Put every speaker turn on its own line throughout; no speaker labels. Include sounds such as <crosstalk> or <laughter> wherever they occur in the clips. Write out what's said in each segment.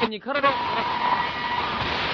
手に体を揺らす。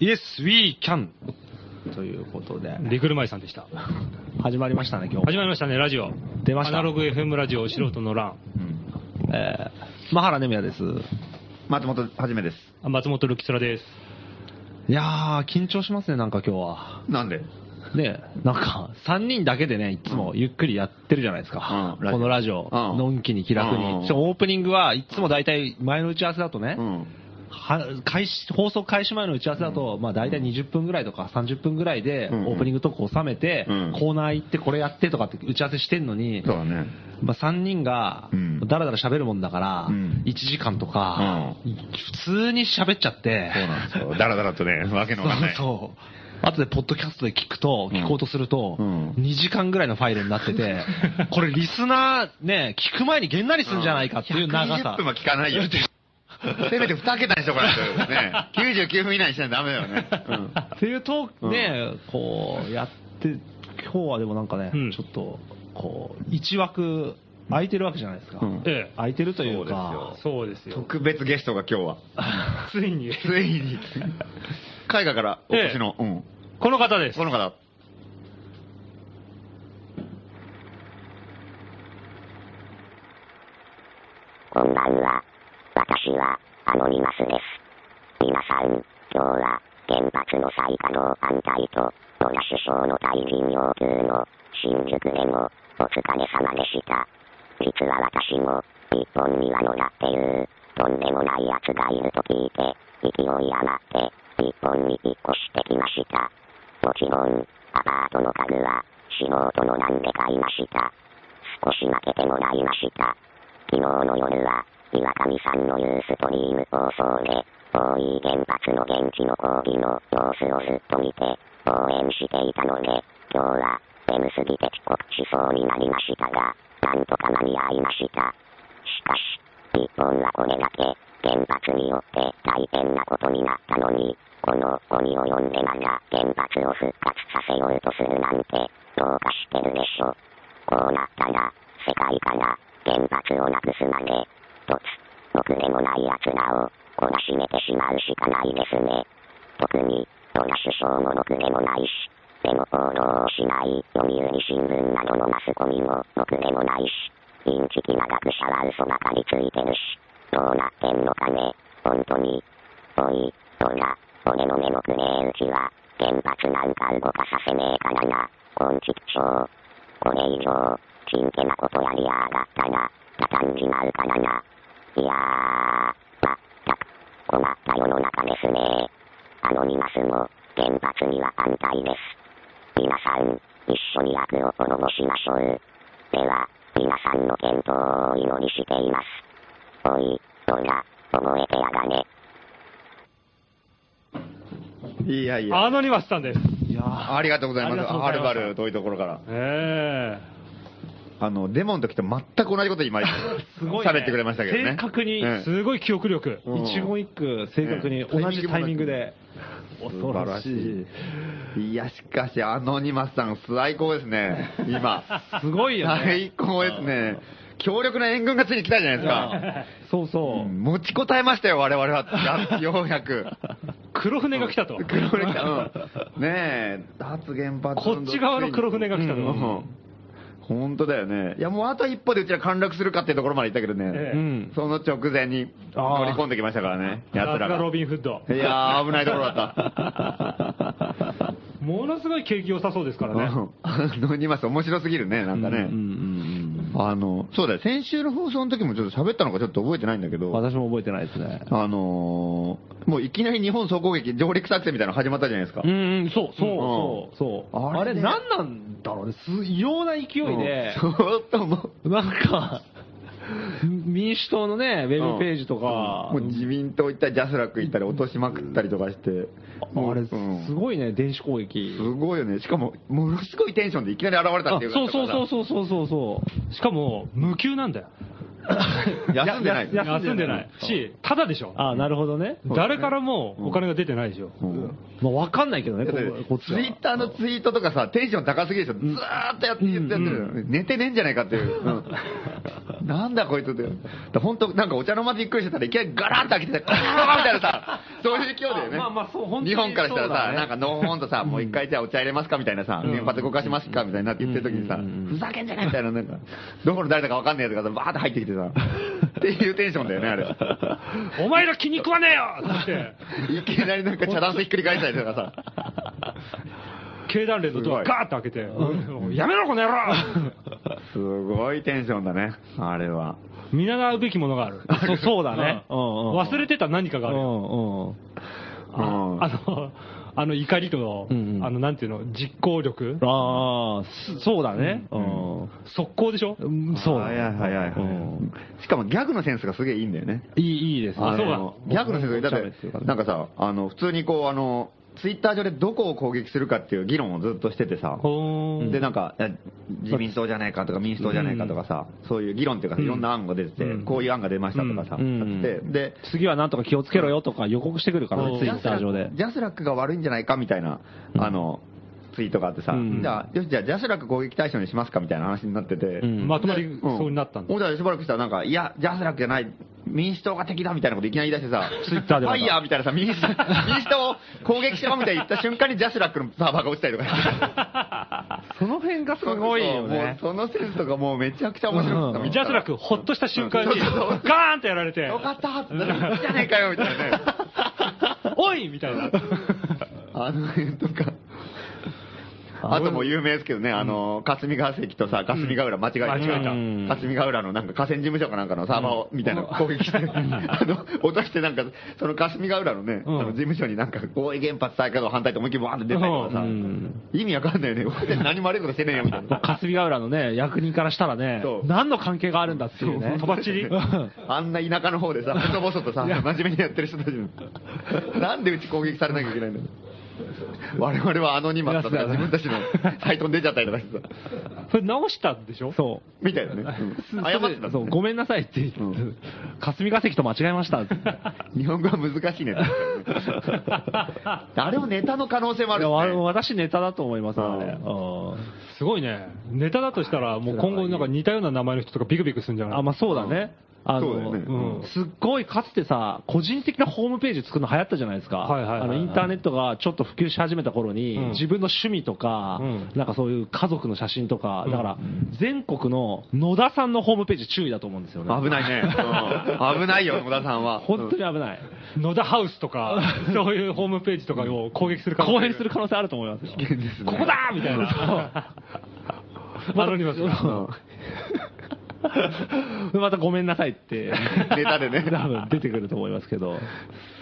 Yes, we can!
ということで、
リクルマイさんでした。
始まりましたね、今日。
始まりましたね、ラジオ。
出ました
アナログ FM ラジオ、素人の欄。
うんえー、マハラネミヤです。
松本はじめです。
あ松本るきつらです。
いやー、緊張しますね、なんか今日は。
なんで
ねなんか、3人だけでね、いつもゆっくりやってるじゃないですか。
うんラジオ
このラジオ、
うん
のんきに気楽
うん
に。しかもオープニングはいつも大体前の打ち合わせだとね、
うん。
は開始放送開始前の打ち合わせだと、まあ、大体20分ぐらいとか30分ぐらいで、
うん
オープニングトークを収めて、
うん
コーナー行ってこれやってとかって打ち合わせしてんのに、
そうだね。
まあ、3人が
うん
だらだら喋るもんだから、
うん
1時間とか、
う
普通に喋っちゃって
そう、なんですよ。だらだら <laughs> とね、わけのわかんな
<laughs>
い。
そうそう後でポッドキャストで聞くと、
うん
聞こうとすると、
うん
2時間ぐらいのファイルになって
<laughs>
て、これリスナーね、聞く前にげんなりするんじゃないかっていう長
120
さ。
分は聞かないよ。せめて2桁にしとかないとね。99分以 <laughs> 内にしないとダメだよね。うん
っていうトークね、こうやって、今日はでもなんかね、
うん
ちょっと、こう、1枠空いてるわけじゃないですか。
うん
ええ。
空いてるというか、
そうですよ。
特別ゲストが今日は。
ついに、
つい <laughs> に。海外からお越しの、うん。
この方です
こ。の方。
こんばんは。私は、アノニマスです。皆さん、今日は、原発の再稼働反対と、野田首相の退陣要求の、新宿でも、お疲れ様でした。実は私も、日本には野田っていう、とんでもない奴がいると聞いて、勢い余って、日本に引っ越してきました。もちろん、アパートの家具は、素人のなんで買いました。少し負けてもらいました。昨日の夜は、岩上さんのユーストリーム放送で、大井原発の現地の抗議の様子をずっと見て、応援していたので、今日は、M すぎて帰国しそうになりましたが、なんとか間に合いました。しかし、日本はこれだけ、原発によって大変なことになったのに、この鬼を呼んでまだ原発を復活させようとするなんて、どうかしてるでしょ。こうなったら、世界から原発をなくすまで、とつ、ろくでもない奴らを懲らしめてしまうしかないですね。特に、野田首相もろくでもないし、でも報道をしない読売新聞などのマスコミもろくでもないし、インチキな学者は嘘ばかりついてるし、どうなってんのかね、本当に。おい、どら、俺の目もくれえうちは、原発なんか動かさせねえからな、こんちくしょう。これ以上、ちんけなことやりやがったら、畳んじまうからな。いやー、まったく、困った世の中ですね。アノニマスも、原発には反対です。皆さん、一緒に悪を滅ぼしましょう。では、皆さんの健闘をお祈りしています。おい、どら、覚えてやがね。
いやいや。
アノニマスさんです。
いやー
ありがとうございます。
ありがとうござ
は
い
る
ま
ば
す
る遠いところから。
え
あの、デモの時と全く同じこと今、喋ってくれましたけどね。
正確に
うん
すごい記憶力。
うん
一言一句正確に同じタイミングで恐
素晴
ろ
ら
しい
しい。いや、しかし、アノニマスさん、最高ですね。今。
すごいよね
最高ですね。強力な援軍がついに来たじゃないですか。
そうそう、
持ちこたえましたよ、我々は。やようやく。
黒船が来たと。
黒船来た。うんねえ、脱原発運動
こっち側の黒船が来たの
うんうん本当だよね。いや、もうあと一歩でうちら陥落するかっていうところまで行ったけど
え
ね。
え
うん
その直前に乗り込んできましたからね、
さ
奴
す
ら
が
が
ロ。ビンフッド。
いやー、危ないところだった。
ものすごい景気良さそうですからね。
うん飲みます。面白すぎるね、なんかね。あの、そうだよ。先週の放送の時もちょっと喋ったのかちょっと覚えてないんだけど、
私も覚えてないですね
あのー、もういきなり日本総攻撃、上陸作戦みたいなの始まったじゃないですか
う。んうんそうそうそうそう、
あ
あ
れ
れ
ね
何なんだろうねす異様な勢いで
うんちょっとも
なんか民主党のねウ
う。
ェブページとか、
うんもう自民党行ったり、ジャスラック行ったり、落としまくったりとかして。もう
あれ、
うん
すごいね、電子攻撃。
すごいよね。しかも、ものすごいテンションでいきなり現れたっ
あ
ていう
そうそうそう
う。
そうそうそうそう。
しかも、無給なんだよ。
休んでない。
やや
休んでない。し、ただでしょ。
あなるほどね。
誰からもお金が出てないでしょ。
うん
まあ、わかんないけどね、
だ
こ
って
こっち
ツ
は
イッターのツイートとかさ、テンション高すぎでしょ、ずーっとやってやってやってる、寝てねえんじゃないかっていう、うんなんだこいつって、だから本当、なんかお茶の間でゆっくりしてたら、いきなりガランと開けてたら、ガーッみたいなさ、そういう勢いだよね、
まあまあそう本当に
日本からしたら
そうだ
さ、
ね
なんかのほほんとさ、もう一回じゃあお茶入れますかみたいなさ、原発動かしますかみたいなって言ってる時にさ、ふざけんじゃないみたいな、なんか、どこの誰だかわかんないやつがさ、バーって入ってきてさ、っていうテンションだよね、あれ。
お前ら気に食わねえよって、
いきなりなんか茶ダンスひっくり返したりとかさ。
経団連のドア
すごい
ガーッと開けて、やめろこの野郎
すごいテンションだね、あれは。
見習うべきものがある。
そう <laughs> そうだね。うんうんうん。
忘れてた何かが
う
あるよ。
んうん。
うん
あの、あの怒りと、
うんうん
あの、なんていうの、実行力
ああ、すそうだね。うん。
速攻でしょ
うんそうだ
は
ね
いはいはいはいは
う
い
ん
しかもギャグのセンスがすげえいいんだよね。
いい、いいですね。
あそうだ
のギャグのセンスが、だって、なんかさ、あの、普通にこう、あの、ツイッター上でどこを攻撃するかっていう議論をずっとしててさ、
ほーん
で、なんか、いや自民党じゃないかとか民主党じゃないかとかさ、そういう議論っていうか、いろんな案が出てて、こういう案が出ましたとかさ、
うん
やっててで、
次はなんとか気をつけろよとか予告してくるから
うん
ね、ツイッター上で。
ジャスラックが悪いんじゃないかみたいな、あの、ツイートがあってさ、
うん
じゃあ、よし、じゃあ、ジャスラック攻撃対象にしますかみたいな話になってて、
うん
まとまりそうになったんだ。
ほんらしばらくしたらなんか、いや、ジャスラックじゃない、民主党が敵だみたいなこといきなり言い出してさ、
Twitter で
フ
ま
ァ
た
イヤーみたいなさ、民主
<laughs>
党民主党を攻撃しろみたいに言った瞬間にジャスラックのサーバーが落ちたりとか。
その辺がすごいよね。
そうもうそのセンスとかもうめちゃくちゃ面白く
う
て
ん
ジャスラック、ほっとした瞬間に、
うんそうそう
ガーンとやられて、
よかったってなるじゃねえかよみたいなね。
おいみたいな。
あの辺とか。あともう有名ですけどね、あの、霞ヶ関とさ、霞ヶ浦間違えた。
間違えた
うん
霞ヶ浦のなんか河川事務所かなんかのサーバーをみたいなの攻撃 <laughs> して、あの、落としてなんか、その霞ヶ浦のね、
うん
その事務所になんか、合意原発再稼働反対と思いっきりバーンって出たりとかさ、
うん
意味わかんないよね。俺たち何も悪いことしてねえよみたいな。
霞ヶ浦のね、役人からしたらね
そ、う
何の関係があるんだっていうね。
とばっちり。
あんな田舎の方でさ、細々とさ、真面目にやってる人たちの、なんでうち攻撃されなきゃいけないんだろう我々はアノニマスだとか自分たちのサイトに出ちゃったりとかしてさ、
それ直したんでしょ
そ
みたいな
<laughs>
ね。う
う。
ん謝ってた
そう、
のね
ごめんなさいって言って
うん
霞ヶ関と間違えましたって。
日本語は難し
<laughs>
いね。あれもネタの可能性もあ
い
る
や
よ
わ
ね。
私ネタだと思います、あれ。
う
う
すごいね。ネタだとしたら、もう今後なんか似たような名前の人とかビクビクするんじゃ
ん
ない
あ、まあそうだね。あ
そうだよ
の、
ね
うんすっごいかつてさ、個人的なホームページ作るの流行ったじゃないですか。
はいはいは
あ
いは
の、
い
インターネットがちょっと普及し始めた頃に、
うん
自分の趣味とか、
うん
なんかそういう家族の写真とか、
うん
だから、全国の野田さんのホームページ注意だと思うんですよね。
危ないね。うん危ないよ、野田さんは。
本当に危ない。
野田ハウスとか、
<laughs>
そういうホームページとかを攻撃する可能性
公演する可能性あると思いますよ。
<laughs>
ここだみたいな。アノニマスが。
またごめんなさいって、
ネタでね。
多分出てくると思いますけど。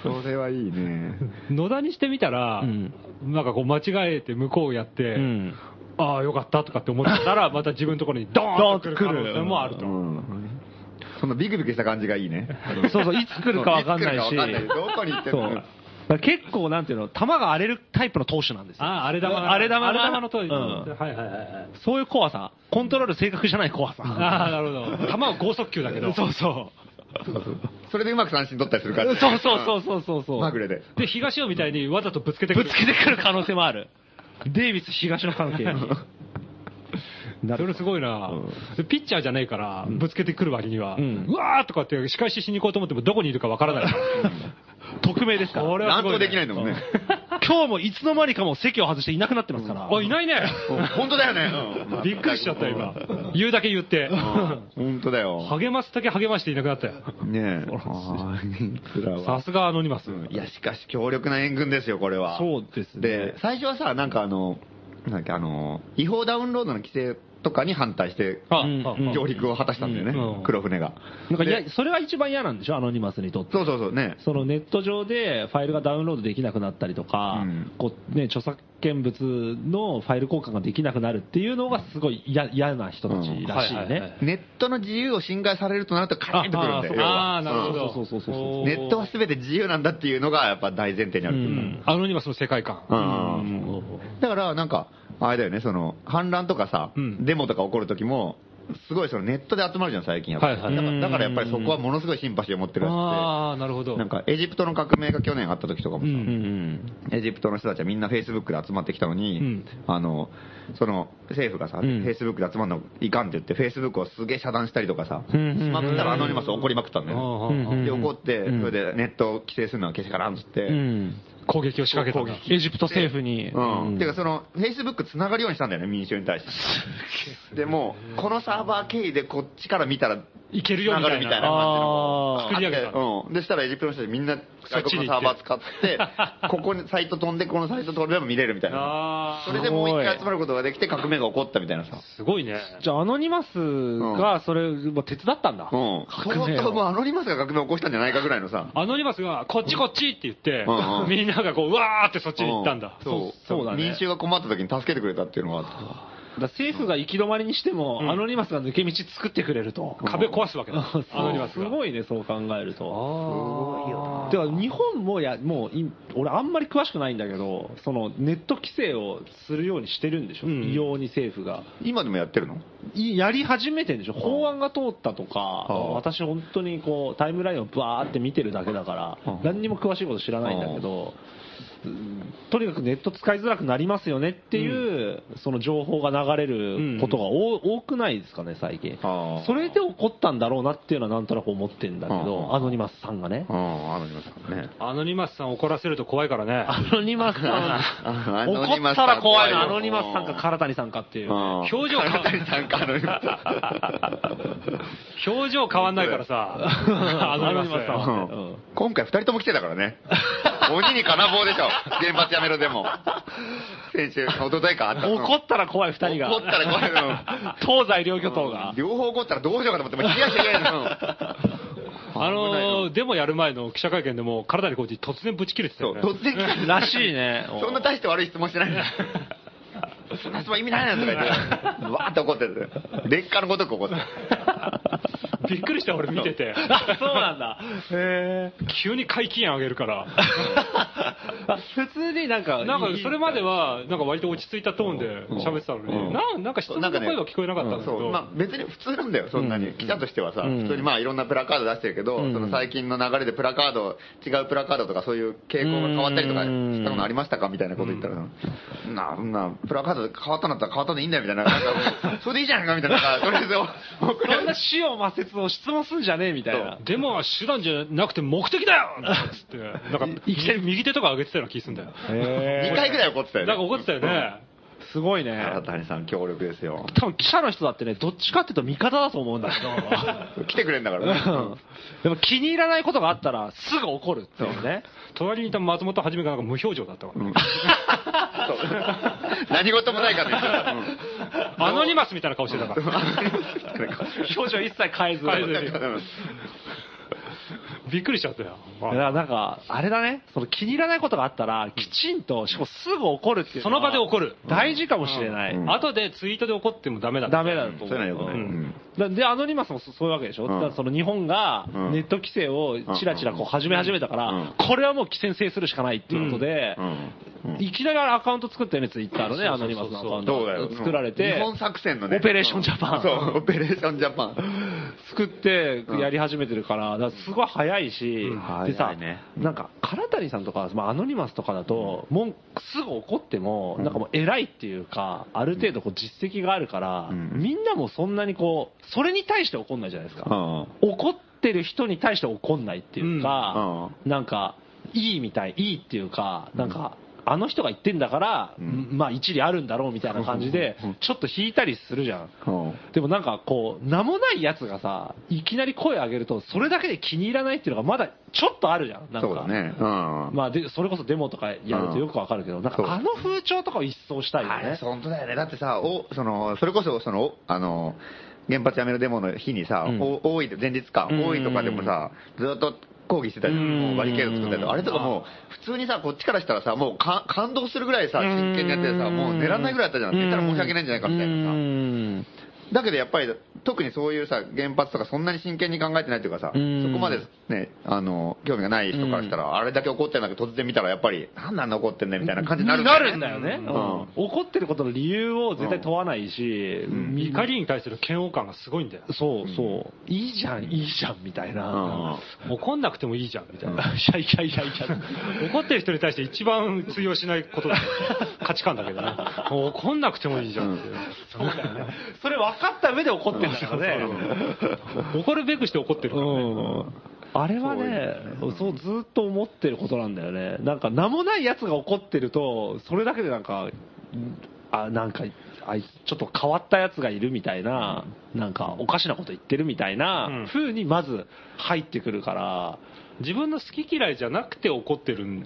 それはいい
<laughs>
ね。
野田にしてみたら、
うん
なんかこう間違えて向こうやって、
うん
ああ、よかったとかって思って <laughs> たら、また自分のところにドーンと来る可能性もあると
う。んそのビクビクした感じがいいね。
そうそう、いつ来るかわかんないし
つ来るかわかんない。どこに行ってん
そ
の
うだから結構なんていうの、球が荒れるタイプの投手なんですよ。
ああ、あれ玉。
荒れ玉
あれ玉の通り。
うん
はいはいはいはい。
そういう怖さ。コントロール正確じゃない怖さ。
ああ、なるほど。球は剛速球だけど。
そうそう。
それでうまく三振取ったりするから、
そうそうそうそうそうそう。
まぐれで。
で、東尾みたいにわざとぶつけて
ぶ
くる。
つけてくる可能性もある。デイビス東の関係に。
それすごいな、でピッチャーじゃないから、ぶつけてくる割には、うんわーとかって仕返ししに行こうと思っても、どこにいるかわからないから。
匿名ですから。
これはす
乱
ご
闘
いね
できないんだもんね。
今日もいつの間にかもう席を外していなくなってますから。
あ、いないね。
本当だよね。
びっくりしちゃった、今。言うだけ言って。
本当だよ。
励ますだけ励ましていなくなったよ。
ねえ。あーいくらは
さすがアノニマス。
いや、しかし強力な援軍ですよ、これは。
そうですね
で、最初はさ、なんかあの、なんだっけ、あの、違法ダウンロードの規制とかに反対して、
あ
うん
あ
上陸を果たしたんだよ
うんう
ね
ん、
黒船が。
なんかい
で
や、それが一番嫌なんでしょアノニマスにとって。
そうそうそう、ね。
そのネット上でファイルがダウンロードできなくなったりとか、
うん
こうね、著作権物のファイル交換ができなくなるっていうのがすごい嫌嫌な人たちらしい
うんはいはいは
ね
い。
ネットの自由を侵害されるとなると、カーンとくるんだよ。要
あ
は
あ、なるほど。
そうそうそうそうそう
お
ネットは全て自由なんだっていうのが、やっぱ大前提にあると
う
いうか
んアノニマスの世界観。
うんうん
うん
だから、なんか、あれだよね、その、反乱とかさ、
うん
デモとか起こるときも、すごいそのネットで集まるじゃん、最近やっぱ、
はいはい
だからだからやっぱりそこはものすごいシンパシーを持ってるら
ああ、なるほ
しく
ど。
て、なんかエジプトの革命が去年あったときとかもさ、
うん
エジプトの人たちはみんなフェイスブックで集まってきたのに、
うん
あの、その政府がさ、
ん
フェイスブックで集まるのいかんって言って、フェイスブックをすげえ遮断したりとかさ、
うんうんうん
しまくったらアノニマス怒りまくったんだ
あ
よ
あ
うん
ああ
ね。で、怒って、それでネットを規制するのはけしからんっつって、
うん
攻撃を仕掛けたんだ。
エジプト政府に。
うん
うん
てかその、フェイスブックつながるようにしたんだよね、民衆に対して。でもう、このサーバー経由でこっちから見たら、
いけるよみたいな
つがるみたいな感じの。
あー作り上げた
うん。でしたらエジプトの人たちみんな外国のサーバー使って、ここにサイト飛んで、このサイト飛べば見れるみたいな。
あ
それでもう一回集まることができて革命が起こったみたいなさ。
あ、すごいね。
じゃあ、アノニマスがそれを手伝ったんだ。
うん。
革
相
命
当もう
を
アノニマスが革命を起こしたんじゃないかぐらいのさ。
アノニマスが、こっちこっちって言って
うんうん、
みんながこう、うわーってそっちに行ったんだ
う。そう。
そうだね
民衆が困った時に助けてくれたっていうのがあっ
だから政府が行き止まりにしても、アノニマスが抜け道作ってくれると。
壁壊すわけだ。アノニマス
す
が。
ごいね、そう考えると。
ごいよ
てか日本もや、もうい、俺、あんまり詳しくないんだけど、そのネット規制をするようにしてるんでしょ、
うん
異様に政府が。
た。今でもやってるの
いやり始めてるんでしょ、法案が通ったとか、
うん
私、本当にこうタイムラインをバーって見てるだけだから、
うん
何にも詳しいこと知らないんだけど、とにかくネット使いづらくなりますよねっていう、その情報が流れることが多多くないですかね、最近。
あー
それで起こったんだろうなっていうのはなんとなく思ってんだけ
う
ど、
ん
アノニマスさんがね
う。ん、アノニマスさんね。
アノニマスさん怒らせると怖いからね。
アノニマスさ
あ
<laughs> ん、
アノニ
怒
マ
っ
スさ
た
ん
ら怖いの、
怖い
ア
よ
ノニマスさんか唐谷さんかっていう。
うん
表情変わ
唐谷さんかアノニマ
表情変わんないから
<laughs>
さ、アノニマスさん
ス
は。
う
うん
ん
今回二人とも来てたか
<laughs>
らね。鬼に金棒でしょ。原発やめろでも。先週、おとといかあったの。
怒ったら怖い、二人が。
怒ったら怖いの
東西両巨頭が。
両方怒ったらどうしようかと思って、もうヒヤヒヤや <laughs> るの。
あのー、デモやる前の記者会見でも、体にこうやって突然ぶち切れてた
そう、
よね。
突然来た
<laughs> らしいね。
<laughs> そんな大して悪い質問してないのにそんな質問意味ないなとか言って、わーって怒ってる。劣化のごとく怒ってる。
びっくりした俺見てて。 <laughs>
あ <laughs> そうなんだ。へえ。
急に解禁案あげるから。
あ <laughs> 普通になんか、
<laughs> なんかそれまで
は。
は、なんか割と落ち着いたトーンで喋ってたの
う
に、
ん
なんなんか質問の声は聞こえなかったんだけ
そう
ど、
まあ、別に普通なんだよ、そんなに、記者としてはさ、
うん
普通にまあいろんなプラカード出してるけど、
ん
その最近の流れでプラカード、違うプラカードとか、そういう傾向が変わったりとか
うん
したのありましたかみたいなこと言ったら、なそんな、プラカード変わったんだったら変わったんでいいんだよみたいな、なんかそれでいいじゃないかみたいな、なんかとりあえず僕ら
そんな死を摩擦を質問すんじゃねえみたいな。
デモは手段じゃなくて目的だよつって、なんか、いきなり右手とか上げてたような気すんだよ。
<laughs> へ
2回ぐらい怒ってた
な
よ
ん
ね。
か怒ってたよね。
ー <laughs> すごいね。
唐谷さん、強力ですよ。
<laughs> 多分記者の人だってね、どっちかっていうと味方だと思うんだけど。 <laughs>
来てくれんだか
う
らね
ん。でも気に入らないことがあったら、すぐ怒るっていう <laughs> ね。
隣にいた松本はじめがなんか無表情だったわ。
そう何事もないからね。
アノニマスみたいな顔してたから。
表情一切変えず。
変えずに
うん
びっくりしちゃったよ。
だからなんか、あれだね、その気に入らないことがあったら、きちんと、しかもすぐ怒るっていう
その場で怒
る。
る。
大事かもしれない。
うん
後でツイートで怒ってもダメだって
ダメだと思う。
そういうのはよくない。
う
うんん
だで、アノニマスもそそういうわけでしょ、
ん
だからその日本が
うん
ネット規制をちらちらこう始め始めたから、
うん
これはもう規制制するしかないっていうことで、
うん
いきなりアカウント作ったよね、ツイッターのね、アノニマスのアカウン
そうだ
ト
よ。
作られて
日、本作戦のね。
オペレーションジャパン
<laughs> そう、オペレーションジャパン。
作ってやり始めてるから、だからすごい早いし、
うん
で
早
さ
いね、
なんか、唐谷さんとか、まあ、アノニマスとかだと、もうすぐ怒っても、なんかもう偉いっていうか、ある程度こう実績があるから、
うん
みんなもそんなにこう、それに対して怒んないじゃないですか。
あ
怒ってる人に対して怒んないっていうか、なんか、いいみたい、いいっていうか、なんか、あの人が言ってんだから、
ん
まあ一理あるんだろうみたいな感じで
うん、
ちょっと引いたりするじゃん。
あうん
でもなんかこう、名もないやつがさ、いきなり声上げると、それだけで気に入らないっていうのがまだちょっとあるじゃん。なんか
そうだね。うん。
まあで、それこそデモとかやるとよくわかるけど、なんか
そう
あの風潮とかを一掃したいよ
あれ
ね。
本当だよね。だってさ、おそのそれこそそのおあの原発やめるデモの日にさ、
うん
お多い前日か、
うん
多いとかでもさ、ずっと抗議してたじゃん
うん
もうバリケード作ったりとかあれとかもう、普通にさ、こっちからしたらさ、もうか感動するぐらいさ、
うん
真剣にやっててさ、もう狙わないぐらいだったじゃん、言ったら申し訳ないんじゃないかみたいなさ。
うん
だけどやっぱり、特にそういうさ、原発とかそんなに真剣に考えてないというかさ、そ
うん
こまでね、あの、興味がない人からしたら、あれだけ怒ってるんだけど、突然見たらやっぱり、なんなんだ怒ってんねみたいな感じになる
なるんだよね、
うん
うん怒ってることの理由を絶対問わないし、
ん
み
怒りに対する嫌悪感がすごいんだよ。
そうそう、いいじゃん、いいじゃんみたいな、
怒んなくてもいいじゃん、みた
<laughs>
い
い
な。
やいやいやい
<laughs>
や、
怒ってる人に対して一番通用しない <laughs> ことだよ価値観だけどね。もう怒んなくてもいいじゃんっていう。
それ分かった上で怒ってるんだよね。
怒るべくして怒ってるからね。
あれはね、そうずーっと思ってることなんだよね。なんか名もないやつが怒ってると、それだけでなんか、んあ、なんか、あいつちょっと変わったやつがいるみたいな、なんかおかしなこと言ってるみたいな
うん
風にまず入ってくるから、
自分の好き嫌いじゃなくて怒ってるん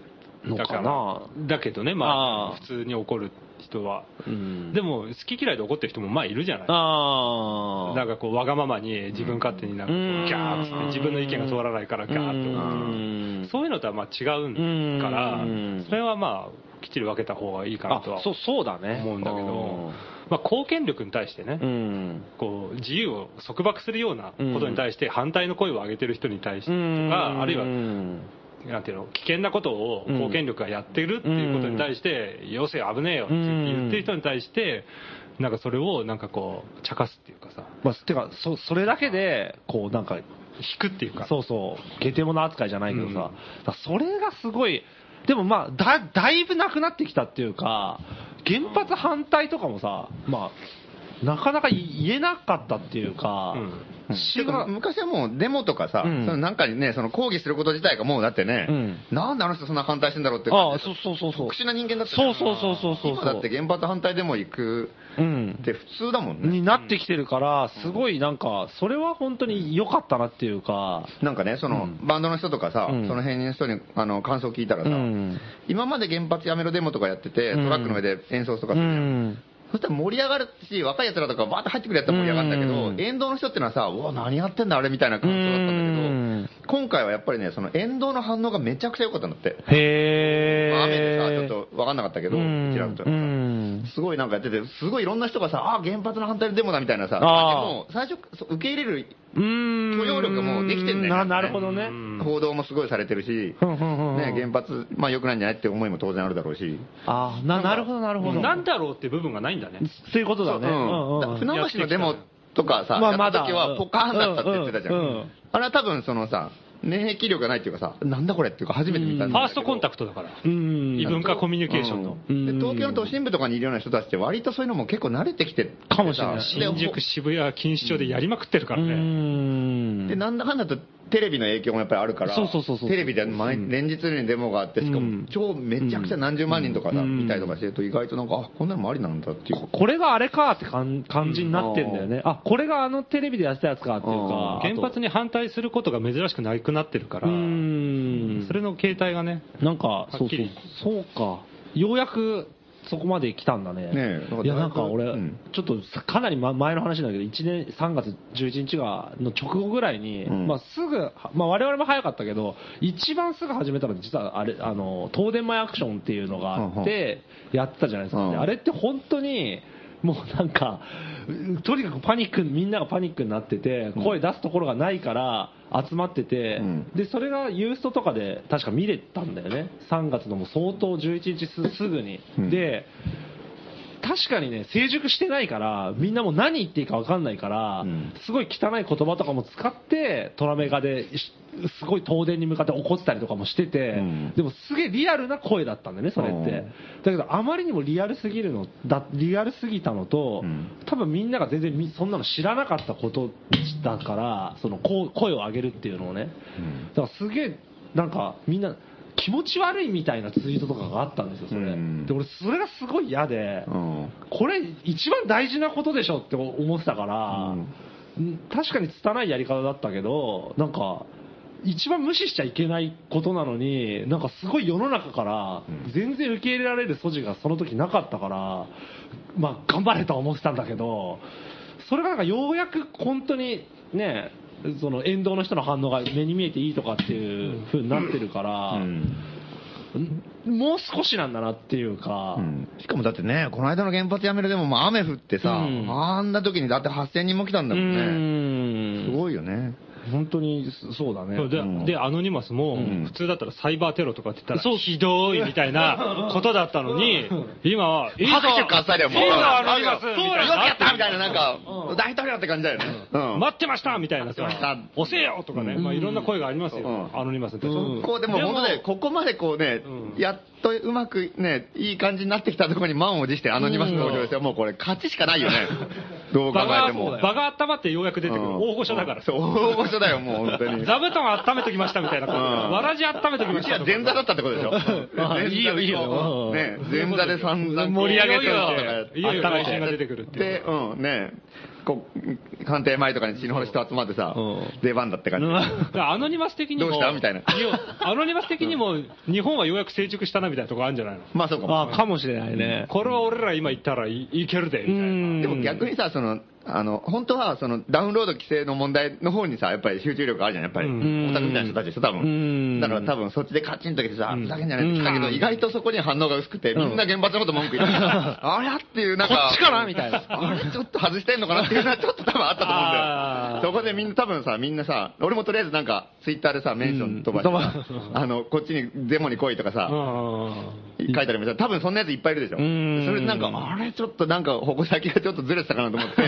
だから
のか
だけどね、ま
あ
あ、
ー
普通に怒る人は。
うん
でも、好き嫌いで怒ってる人もまあいるじゃない。
あ
なんかこう、わがままに自分勝手になんかこう
うん
ギャーっつって自分の意見が通らないからギャーって
う
思っ
ん
てそういうのとはまあ違うんから
うん、
それはまあ、きっちり分けた方がいいかな
あ
とは
そう、そうだね。
思うんだけど、まあ、貢献力に対してね
う、ん。
こう自由を束縛するようなことに対して反対の声を上げてる人に対して
う
と
ん。
か、あるいは
うん
なんていうの危険なことを
うん
貢献力がやってるっていうことに対して、よせよ危ねえよって言ってる人に対して、なんかそれをなんかこう、茶化すっていうかさ、
まあ、てか、そ、それだけで、こう、なんか、
引くっていうか、
そうそう、下手者扱いじゃないけどさ、
うん
だからそれがすごい、でもまあだ、だいぶなくなってきたっていうか、原発反対とかもさ、まあ、なかなか言えなかったっていうか、
う
市
てか
が
昔はもうデモとかさ、
うん
そのなんかにね、その抗議すること自体がもうだってね、
うん
なんであの人そんな反対してんだろうって、
ああ、そうそうそうそう
特。殊な人間だった
そうそうそうそうそう
今だって原発反対デモ行く
うん
って普通だもんね。
になってきてるから、すごいなんか、それは本当に良かったなっていうか、
なんかね、その、
うん
バンドの人とかさ、
うん
その辺の人にあの感想聞いたらさ、
うん
今まで原発やめろデモとかやってて、
うん
トラックの上で演奏とか
う
するじゃん
ん、
そしたら盛り上がるし、若い奴らとかバーッと入ってくるやつは盛り上がるんだけど、
うん
沿道の人ってのはさ、うわ、何やってんだ、あれみたいな感想だった
うんん
だけど、今回はやっぱりね、その沿道の反応がめちゃくちゃ良かったんだって。
へ
ま
ー
あ雨でさ、ちょっと分かんなかったけど、
うん
ちらっと
う。ん
すごいなんかやってて、すごいいろんな人がさ、ああ、原発の反対デモだみたいなさ、で
あー
も最初、そう受け入れる
うん
許容力がもうできてんだよ
ななるほどね。
ん
報道もすごいされてるし、
ふんふんふんふん
ね、原発、まあ良くないんじゃないって思いも当然あるだろうし、
ああ、な、なるほど、なるほど。
なんだろうって部分がないんだね。
そういうことだね。
そう
うんうんうん
だから船橋のデモとかさ、
ま
や
あ
った時
ま
は
だ
ポカーンだったって言ってたじゃん。
うんうんうん
あれは多分そのさ、免疫力がないっていうかさ、なんだこれっていうか初めて見たん
フ
だけど
ァーストコンタクトだから。
うん
異文化コミュニケーションの。
うんで
うん
東京の都心部とかにいるような人たちって割とそういうのも結構慣れてきて
かもしれない
で
新宿、渋谷、錦糸町でやりまくってるから
う
ね。
ん
で、なんだかんだとテレビの影響もやっぱりあるから、
そうそうそうそう
テレビで毎連日のようにデモがあって、しかも超めちゃくちゃ何十万人とかさ、
うん
見たりとかしてると、意外となんか、あこんなのもありなんだっていう。
これがあれかって感感じになってんだよね。あ、これがあのテレビでやってたやつかっていうか。
原発に反対することが珍しくなくなってるから
う、ん
そ。れの形態がね、
なんか、
は
そう
っきり
そう。そうか。ようやく、そこまで来たんだね。
ねえ
いや、なんか俺、
うん
ちょっとさかなりま前の話だけど、1年、3月11日が、の直後ぐらいに、
ん
まあすぐ、まあ我々も早かったけど、一番すぐ始めたの実はあれ、あの、東電前アクションっていうのがあって、やってたじゃないですか。
うん
であれって本当に、もうなんか、とにかくパニック、みんながパニックになってて、声出すところがないから集まってて、
うん
で、それがユーストとかで確か見れたんだよね。3月のもう相当11日すすぐに。
うん
で、確かにね、成熟してないから、みんなもう何言っていいか分かんないから、
ん
すごい汚い言葉とかも使って、トラメガで、しすごい東電に向かって怒ってたりとかもしてて、
ん
でもすげえリアルな声だったんだよね、それって。だけど、あまりにもリアルすぎるの、だリアルすぎたのと、
うん
多分みんなが全然みそんなの知らなかったことだから、そのこう声を上げるっていうのをね。だからすげえ、なんかみんな、気持ち悪いみたいなツイートとかがあったんですよ、それ。
うん
で、俺、それがすごい嫌で、
うん
これ一番大事なことでしょって思ってたから、うん確かに拙いやり方だったけどなんか一番無視しちゃいけないことなのになんかすごい世の中から全然受け入れられる素地がその時なかったから、まあ、頑張れとは思ってたんだけどそれがなんかようやく本当にねその沿道の人の反応が目に見えていいとかっていう風になってるから、もう少しなんだなっていうか、
しかもだってね、この間の原発やめるでも、まあ、雨降ってさ、
うん
あんな時にだって8000人も来たんだも
うん
ね。
ん
すごいよね。
本当にそそうだね。
そうで
ん
で、アノニマスも、
ん
普通だったらサイバーテロとかって言ったら、ひどいみたいなことだったのに、今は、いいぞ
拍手喝采だよ、もう。
いいぞアノニマス
そう
み
よ
たい
く
な
やったみたいな、なんか、大統領って感じだよね。うん。
待ってましたみたいな
待ってま
さ
し、
押せよとかね、まあいろんな声がありますよ
う、ん
アノニマスって。
こうでも
でも
本当ね、ここまでこうね、
うん
やっとうまくね、いい感じになってきたところに満を持してアノニマス登場して、もうこれ勝ちしかないよね。どう考
場
え
が、
ても。
場が温まってようやく出てくる。
うん
大御所だから。
そう、大御所だよ、もう本当に。
座布団温めときましたみたいな。
ん
わらじ温めときま
う
し
ち
た
は
とか。
前座だったってこと
<laughs>
でしょ。
あ
前座で
いいよいいよ
ね、前座で散々こう
盛り上げて
とやっ
いよいよ
温め
来週が出てくるっていう
で、うん、ね、こう、官邸前とかに死ぬほど人集まってさ、出番だって感じ。
だからアノニマス的にも。
どうしたみたいな
やアノニマス的にも、日本はようやく成熟したなみたいなとこあるんじゃないの
まあそうかも。
あかもしれないね。
これは俺ら今言ったらいいけるで、みたいな。
でも逆にさ、その、あの、本当は、その、ダウンロード規制の問題の方にさ、やっぱり集中力あるじゃん、やっぱり。
う
オ
ん
タクみたいな人たちでしょ、多分。だから多分、そっちでカチンときてさ、ふざけんじゃないって来たけど、意外とそこに反応が薄くて、みんな原発のこと文句言
<laughs>
ってた。あれっていう、なんか。
こっちかなみたいな
あれちょっと外してんのかなっていうの
<laughs>
は、ちょっと多分あったと思うんだよ
あ。ー
そこでみんな、多分さ、みんなさ、俺もとりあえずなんか、ツイッターでさ、メンション飛ばしてさ、 <laughs> あの、こっちにデモに来いとかさ、
うん
書いてありました多分そんなやついっぱいいるでしょ。
ん
それなんか、あれちょっとなんか矛先がちょっとずれてたかな
<laughs>
と思って、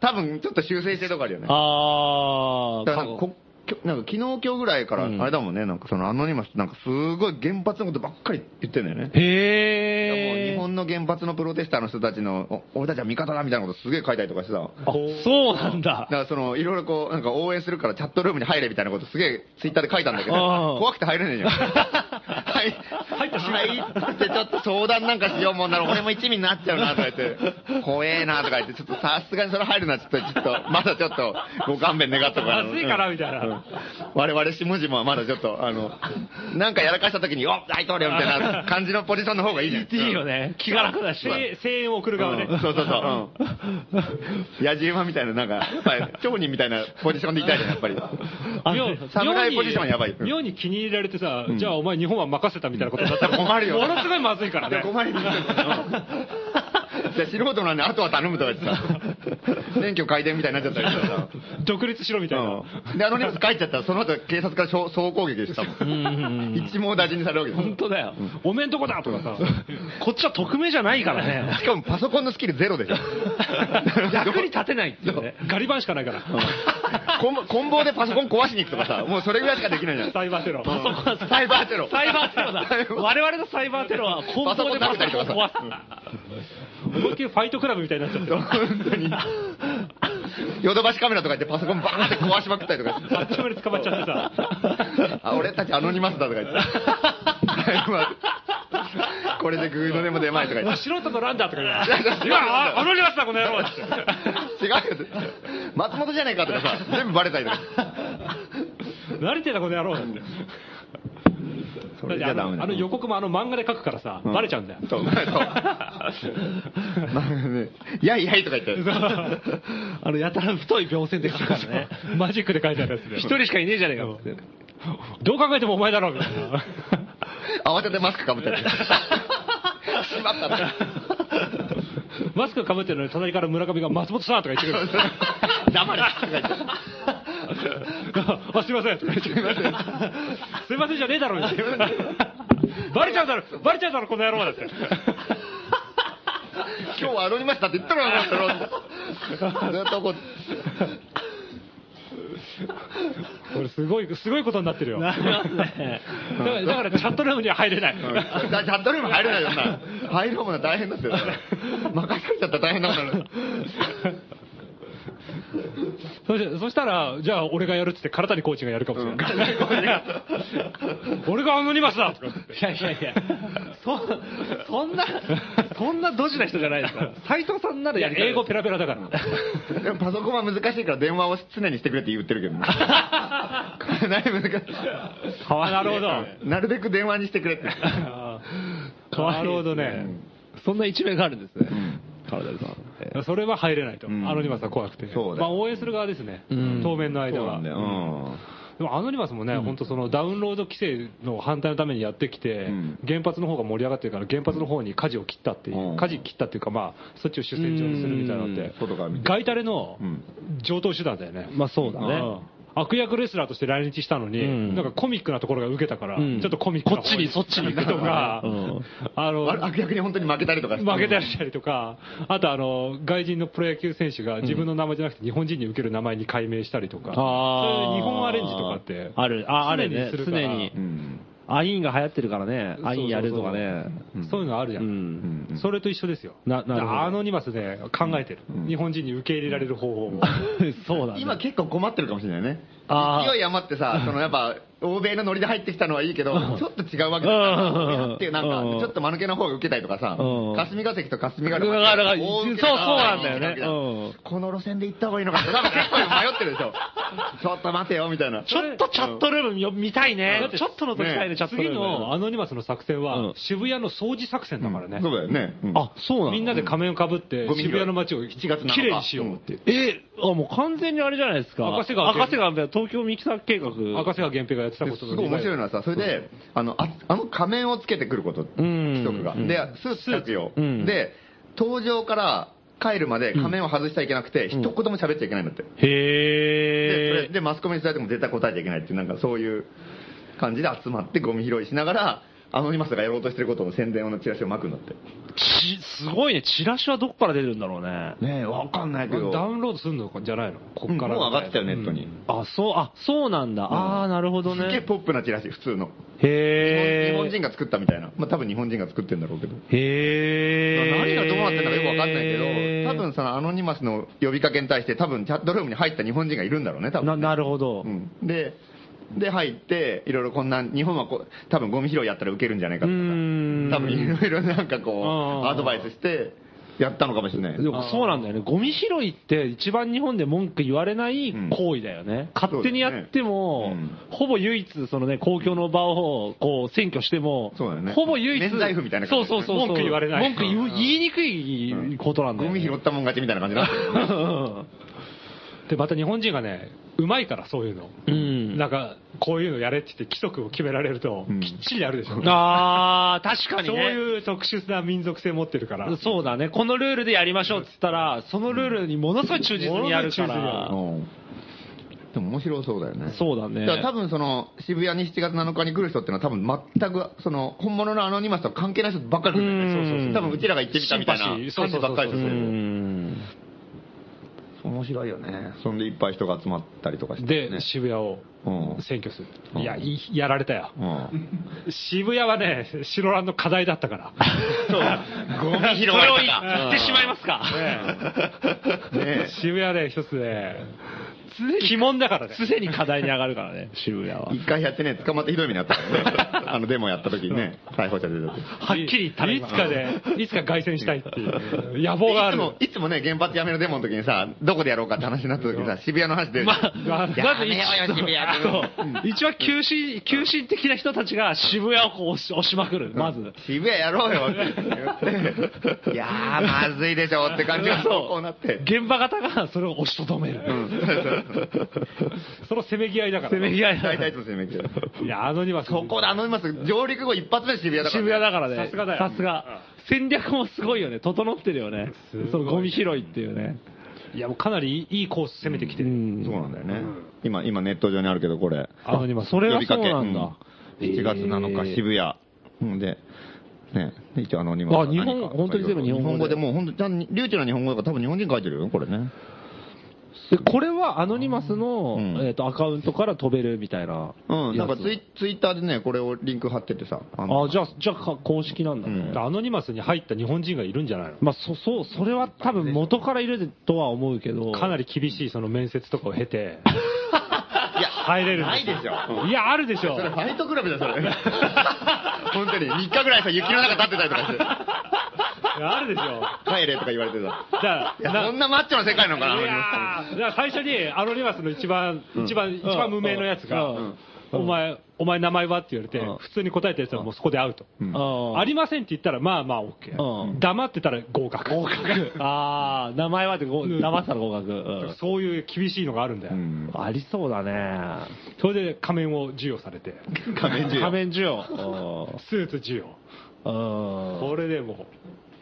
多分ちょっと修正してるとこあるよね。
あ
だからなんかこきょなんか昨日今日ぐらいから、あれだもんね、なんかそのアノニマスなんかすごい原発のことばっかり言ってんだよね。だから
へ
もう日
え。
本の原発のプロテスターの人たちの、お俺たちは味方だみたいなことすげえ書いたりとかしてさ。
あ、そうなんだ
だ。からその、いろいろこう、なんか応援するからチャットルームに入れみたいなことすげえツイッターで書いたんだけど、
あー
怖くて入れねえじゃん。はい。入った入ってちょっと相談なんかしようもんなら俺も一味になっちゃうなとか言って、怖えなとか言って、ちょっとさすがにそれ入るなちょっと、ちょっと、まだちょっとご勘弁願っとくわ
まずいからみたいな
うん我々下島はまだちょっと、あの、なんかやらかした時に、お大統領みたいな感じのポジションの方がいいじゃん。
いいよね。気が楽だし。
声声援を送る側ね
うん。そうそうそう。うん。野じ馬みたいな、なんか、やっぱり、町人みたいなポジションでいたいじゃん、やっぱり。
妙
侍ポジションやばい
妙に妙に気に入られてさ、じゃあお前日本は任せたみたいなことになったら
困るよ
ものすごいまずいから
<laughs>
ね。
困りにじゃあ素人なんで、あとは頼むとか言ってさ、免許改伝みたいになっちゃったりしてさ。
独立しろみたいな。
うん。で、あの荷物帰っちゃったら、その後警察から総総攻撃でしたもん。一網打尽にされるわけです
本当だよ。
おめんとこだとかさ。
こっちは匿名じゃないからね。
しかもパソコンのスキルゼロでしょ。
<laughs> 役に立てないっていうね。
ガリ版しかない
<laughs>
から。
こん棍棒でパソコン壊しに行くとかさ、もうそれぐらいしかできないじゃん。
サイバーテロ。
パソコンサイバーテロ。
サイバーテロだ。我々のサイバーテロは、根
パソコ
本で
ン食
パ
べ
ソ
たりと
コ
か
ン
さ
壊す。
思いっきりファイトクラブみたいになっちゃってる。
本当に。ヨドバシカメラとか言ってパソコンバーンって壊しまくったりとか
あっちまで捕まっちゃってさ。
あ、俺たちアノニマスだ
<laughs>
とか言って。これでグーの音も出まいとか言って。
素人のランダーとか言うから。 <laughs> 今、あのやつだ、この野郎って。
違うよって。松本じゃねえかとかさ、全部バレたりとか。
慣れてた、この野郎って。
それじゃダメだ
あの予告もあの漫画で書くからさ、
うん
バレちゃうんだよ。 <laughs>
そう、そうなんかねやいやいとか言って。
<laughs> あの、やたら太い描線で書くからね。
マジックで書いてあるやつで。
一人しかいねえじゃねえかって。
どう考えてもお前だろ、みたいな。 <laughs>
慌ててマスクかぶってる。しまったな
マスクかぶってるのに、隣から村上が松本さんとか言って
<laughs>
くる。 <laughs>
黙れとか言って。
あ、すいません。すいません。すいませんじゃねえ
<laughs>
だろ、みたいなバレちゃうだろ、バレちゃうだろ、この野郎だって。
今日は踊りましたって言ったろ、ずっとこう。
これすごい、すごいことになってるよ。だから、だからチャットルームには入れない。
だチャットルーム入れないよな。入ろうもな大変だって。任されちゃったら大変だから。
そしてそしたら、じゃあ俺がやるっつって、体にコーチがやるかもしれない。俺がアノニマスだ <laughs> とかって
いやいやいや、そ、そんな、そんなドジな人じゃないですから。斎藤さんなら
い
や
や
り、たい
英語ペラペラだから。
でもパソコンは難しいから電話を常にしてくれって言ってるけ
<laughs>
どねこれ何難し
なるほど。
い。なるべく電話にしてくれって。
なるほどね。
そんな一面があるんですね。カラダルさん。え
それは入れないと。
ん
アノニマスは怖くて。
そうだよ
まあ応援する側ですね。当面の間は。
よ。うん
でもアノニマスもね、本当そのダウンロード規制の反対のためにやってきて
ん、
原発の方が盛り上がってるから、原発の方に舵を切ったっていうう、
ん
舵切ったっていうか、まあ、そっちを主戦場にするみたいなのっ
うん
て
外から見、て
外タレの
うん
上等手段だよね。
ーまあそうだね。
うん悪役レスラーとして来日したのに、
ん
なんかコミックなところが受けたから、
うん
ちょっとコミックな方
こっちにそっちに
行くとか、
うん
あの、
あ逆に本当に負けたりとか
<laughs>
して
負けたりしたりとか、あとあの、外人のプロ野球選手が自分の名前じゃなくて日本人に受ける名前に改名したりとか、そういう日本アレンジとかって、
ある、あ、あるね。
常にす
常
るから
に
う。ん
アインが流行ってるからね。アインやるとかね。
そういうのあるじゃ。
うんん。
それと一緒ですよ。
ななるほど
アノニマスで考えてる、
ん
日本人に受け入れられる方法を。
そうだね。
今結構困ってるかもしれないね
あー
勢い余っ
<laughs>
てさそのやっぱ欧米のノリで入ってきたのはいいけどちょっと違うわけだ
うん
からっていうなん
うん
かちょっと間抜けの方が受けたりとかさ
うん
霞が関と霞が
だから
関
そうそ
大受
う
け
なんだよね。うん
この路線で行った方がいいのかって多分結構迷ってる
<laughs>
でしょちょっと待てよみたいな
ちょっとチャットルーム見よ見たいね。ちょっとの時たいね、チャットルー
<laughs> 次
ム。
のアノニマスの作戦
うん
は、渋谷の掃除作戦だからね。
そうだよねうん
あ、そうなの
みんなで仮面をかぶって
ゴ、ミ拾い
渋谷の街をき
7月7日
れいにしようっていう。
え、あ、もう完全にあれじゃないですか。
赤瀬川
赤瀬川みたいな東京ミキサー計画。
赤瀬川源平がやってたこと
すごい面白いのはさ、それで、あの、ああの仮面をつけてくること、
ん
貴族が。で、スーツ着用
うん。
で、登場から帰るまで仮面を外しちゃいけなくて、一言も喋っちゃいけないんだって。でそ
へ
れで、マスコミに伝えても絶対答えちゃいけないっていう、なんかそういう感じで集まってゴミ拾いしながら、アノニマスがやろうとしてることの宣伝のチラシを巻くんだって。
ー。ちすごいね。チラシはどこから出るんだろうね。
ねえ、わかんないけ
ダウンロードするのじゃないのこ
もう
っから。
上がってたよ、ネットに。
あ、そう、あ、そうなんだ。あー、なるほど
すっげえ
ね。
ポップなチラシ、普通の。
へー。
日本人が作ったみたいな。まあ多分日本人が作ってんだろうけど。
へー。
何がどうなってんだかよくわかんないけど、多分
分
そのアノニマスの呼びかけに対して、多分チャットルームに入った日本人がいるんだろうね、多分、
な、なるほど
う。んで、で、入って、いろいろこんな、日本はこう多分ゴミ拾いやったらウケるんじゃないか
う
とか、
ーん。
多分いろいろなんかこ
あー
う、アドバイスして、やったのかもしれない。
でもそうなんだよね、ゴミ拾いって、一番日本で文句言われない行為だよね、勝手にやっても、
そうですね
ほぼ唯一、そのね、公共の場をこう占拠しても、
そうだよね
ほぼ唯一、
免罪符みたいな
そう
感じだ
そ
よ
うそうそう、
ね
文句言われない
文句言う言いにくいことなんだ
ゴ
よ、ね、
ミ拾ったもん勝ちみたいな感じになってる
<laughs>
で、また日本人がね、うまいから、そういうの。
うん
なんか、こういうのやれって言って規則を決められると、
うん
きっちりやるでしょ。
あー、確かに
そう
ね。
いう特殊な民族性持ってるから。
そうだね、このルールでやりましょうって言ったら、そのルールにものすごい忠実にやるか
ものすごい忠実にや
ら
う、んでも面白そうだよね。
そうだね
だから多分その渋谷に7月7日に来る人ってのは多分全くその本物のアノニマスとは関係ない人ばっかり来るんだよね。
うん
多分うちらが行ってみたみたいな
シンパ
感
シー
じ
そうそうそうそう
ばっかりです
う
よね。
ん
面白いよね。そんでいっぱい人が集まったりとかして、
で、
ね。
渋谷を
うん
占拠する。
うん
いや、いやられたよ。
うん。
渋谷はね、白蘭の課題だったから。
ゴミ拾
そ
い
れを言ってしまいますか。
<laughs> ね
渋谷ね、一つね、鬼門だ <laughs> からね。
常に課題に上がるからね、 <laughs> 渋谷は。
一回やってね、捕まってひどい目にあっ
<laughs>
たからね。あのデモやった時にね、逮捕者出た時。
はっきり言った
いつか <laughs> ね、いつか凱旋したいって
<laughs>
いう野望があ
いつ
る。
も、いつもね、原発やめるデモの時にさ、どこでやろうかって話になった時にさ、渋谷の話
<laughs>
で、
まあ <laughs>
やめようよ、渋谷って
そう一応急進、急進的な人たちが渋谷をこう押し押しまくる、まず。
渋谷やろうよって言
<laughs>
って、いやー、まずいでしょって感じが、
そう
こうなって。
現場型がそれを押しとどめる。
そのせめぎ合いだから。
せめぎ合いだ
大体いつも攻めてる。
いや、あの2はすご
こ
い
こであの今すぐ上陸後一発目渋谷だからね、
渋谷だからね。
さすがだよ
さすが。戦略もすごいよね。整ってるよね
すごい。
そのゴミ拾いっていうね。
いや、もうかなりいいコース攻めてきてる。
そうなんだよね。今、今ネット上にあるけど、これ。
あの、今、それはそうなんだ。
呼びかけうん7月7日、渋谷。うんで、ね、で一応アノニマス
あ
何か
日本本当に全部日本語で
日本語でもう本当にちゃん、流暢な日本語だから多分日本人書いてるよ、これね。
でこれはアノニマスの、
うん
えー、とアカウントから飛べるみたいな。
うん、なんかツイツイッターでね、これをリンク貼っててさ。あの
あ、じゃあ、じゃあか公式なんだね。
アノニマスに入った日本人がいるんじゃないの
まあ、そ、そう、それは多分元からいるとは思うけど。
かなり厳しいその面接とかを経て、
いや、
入れるん
ないですよ。
いや、あるでしょ
そ。れファイトクラブだよ、それ。 <laughs> 本当に、3日ぐらいさ、雪の中立ってたりとかして、
いやあるでしょ。
帰れとか言われてさ。
じゃあ、
いや、そんなマッチョな世界なのかな、ア
い
ノニ
や
マスって
ーだから最初にアノニマスの一番、一番、一番無名のやつが、
うん
お前、お前名前はって言われて、普通に答えたやつはもうそこでアウト。
あ
ありませんって言ったら、まあまあ OK。
う
黙ってたら合格。合格。
あー名前はってこう、
うん
騙したら合格、うん
そういう厳しいのがあるんだよ。
うん
ありそうだね。
それで仮面を授与されて、
仮面中
仮面需要。
スーツ授与。
うんうん
これでも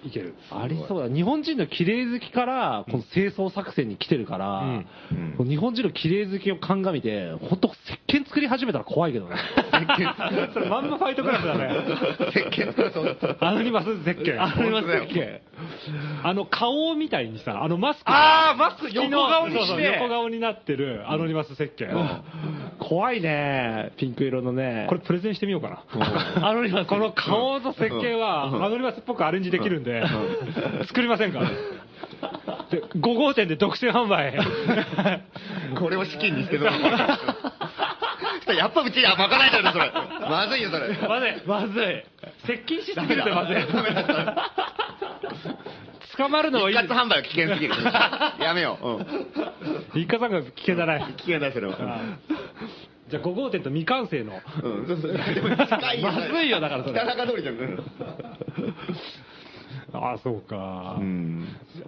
う、いける。
ありそうだ。日本人の綺麗好きから、この清掃作戦に来てるから、
うん
この日本人の綺麗好きを鑑みて、本当石鹸作り始めたら怖いけど
<laughs>
ね。
それまんまファイトクラブだね。 <laughs>
石鹸
アノニマスゼッケン。
ありましたっ
本当
け
あの顔みたいにさ、あのマスク。
あーマスク
口の
横顔にして
そうそう横顔になってるアノニマス石鹸。
怖いね。ピンク色のね。
これプレゼンしてみようか
アノニマ
な。
ス
この顔と石鹸はアノニマスっぽくアレンジできるんで、作りませんかで ?5 号店で独占販 <laughs> 売。
これを資金にしてるの
<laughs>
やっぱうちやまかないだよね、それ。まずいよ、それ。
まずい。
まずい。
接近しすぎるとまずい。捕まるのはいい
一。括販売は危険すぎる。やめよう。うん
一家さんが危険だない。
危険だよ、それは。
じゃあ5号店と未完成の。
うん、そうそう。でも近いよ。
まずいよだからそれ
北中通りじゃん。
ああ、そうか。
うん。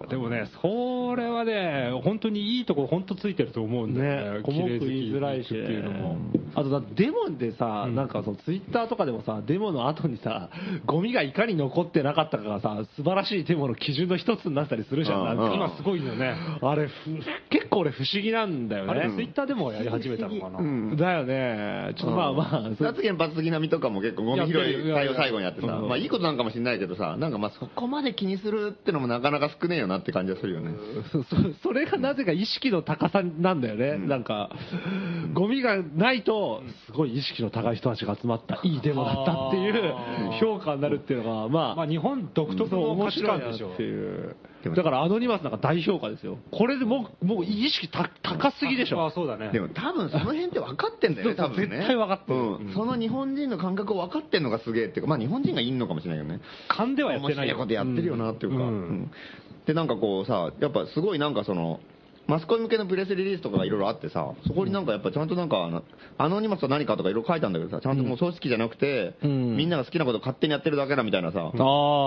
でもね、それはね、本当にいいとこ、本当ついてると思うんだよ
ね
ね、、
小文句
綺麗好き
言いづらいし、
っていうのも。
あとだってデモでさ、
うん
なんかそのツイッターとかでもさ、デモの後にさ、ゴミがいかに残ってなかったかがさ、素晴らしいデモの基準の一つになったりするじゃん、
うん
なん
うん
か
今すごいよね。
あれ、ふ結構俺不思議なんだよ
あれ、ツイ
ね。
ッターでもやり始めたのかな。
うん
だよね。ちょっとまあまあ、そ
脱原発的なみとかも結構ゴミ拾い対応最後にやってさ、まあいいことなんかもしれないけどさ、なんかまあそこまで気にするってのもなかなか少ねえよなって感じがするよね。
そ <laughs> そそれがなぜか意識の高さなんだよね、なんか、ゴミがないと、すごい意識の高い人たちが集まった、いいデモだったっていう
あー
評価になるっていうのが、まあ、
まあ、日本独特
そう
の
面
価値
白い
観
な
でしょ
っ。ていう
でも
だからアノニマスなんか代表価ですよこれでもうもう意識た高すぎでし
あ
ょ
そうだね。
でも多分その辺って分かってんだよね、
そう
多分ね。
絶対分かってる
うんその日本人の感覚を分かってんのがすげえっていうか、まあ日本人がいいのかもしれないけどね。
勘ではやっ
面
てな
白
い
い
よ。
ことやってるよなっていうか、
うん
うんでなんかこうさやっぱすごいなんかそのマスコミ向けのプレスリリースとかがいろいろあってさそこになんかやっぱちゃんとなんかあのアノニマスと何かとかいろいろ書いたんだけどさちゃんともう組織じゃなくて、
うん
みんなが好きなこと勝手にやってるだけだみたいなさ、
ああ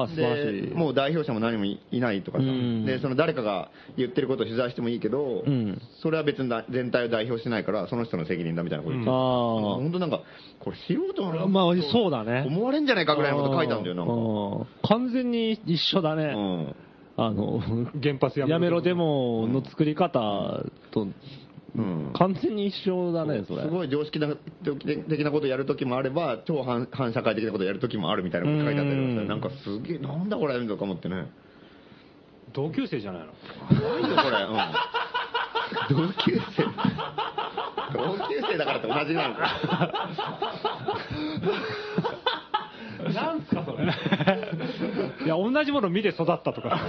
素晴らし
で
い
もう代表者も何もいないとかさ、
うん
でその誰かが言ってることを取材してもいいけど、
うん
それは別にだ全体を代表しないからその人の責任だみたいなこと言って、
あ
本当なんかこれ素人
あ
なの
まあそうだね
思われんじゃないかぐらいのこと書いたんだよなんか
あー完全に一緒だね、
うん
あの
原発やめろ
やめろデモの作り方と
うん
完全に一緒だねそれ
すごい常識的なことやるときもあれば、超反反社会的なことやるときもあるみたいなこと書いてあったりと
う
か
ん
なんかすげえ、なんだこれとか思ってね。
同級生じゃないの。
怖いよ、これ。うん、 <laughs> 同級生。同級生だからって同じなんだ。 <laughs>
なんすか、それ。いや、同じもの見て育ったとか、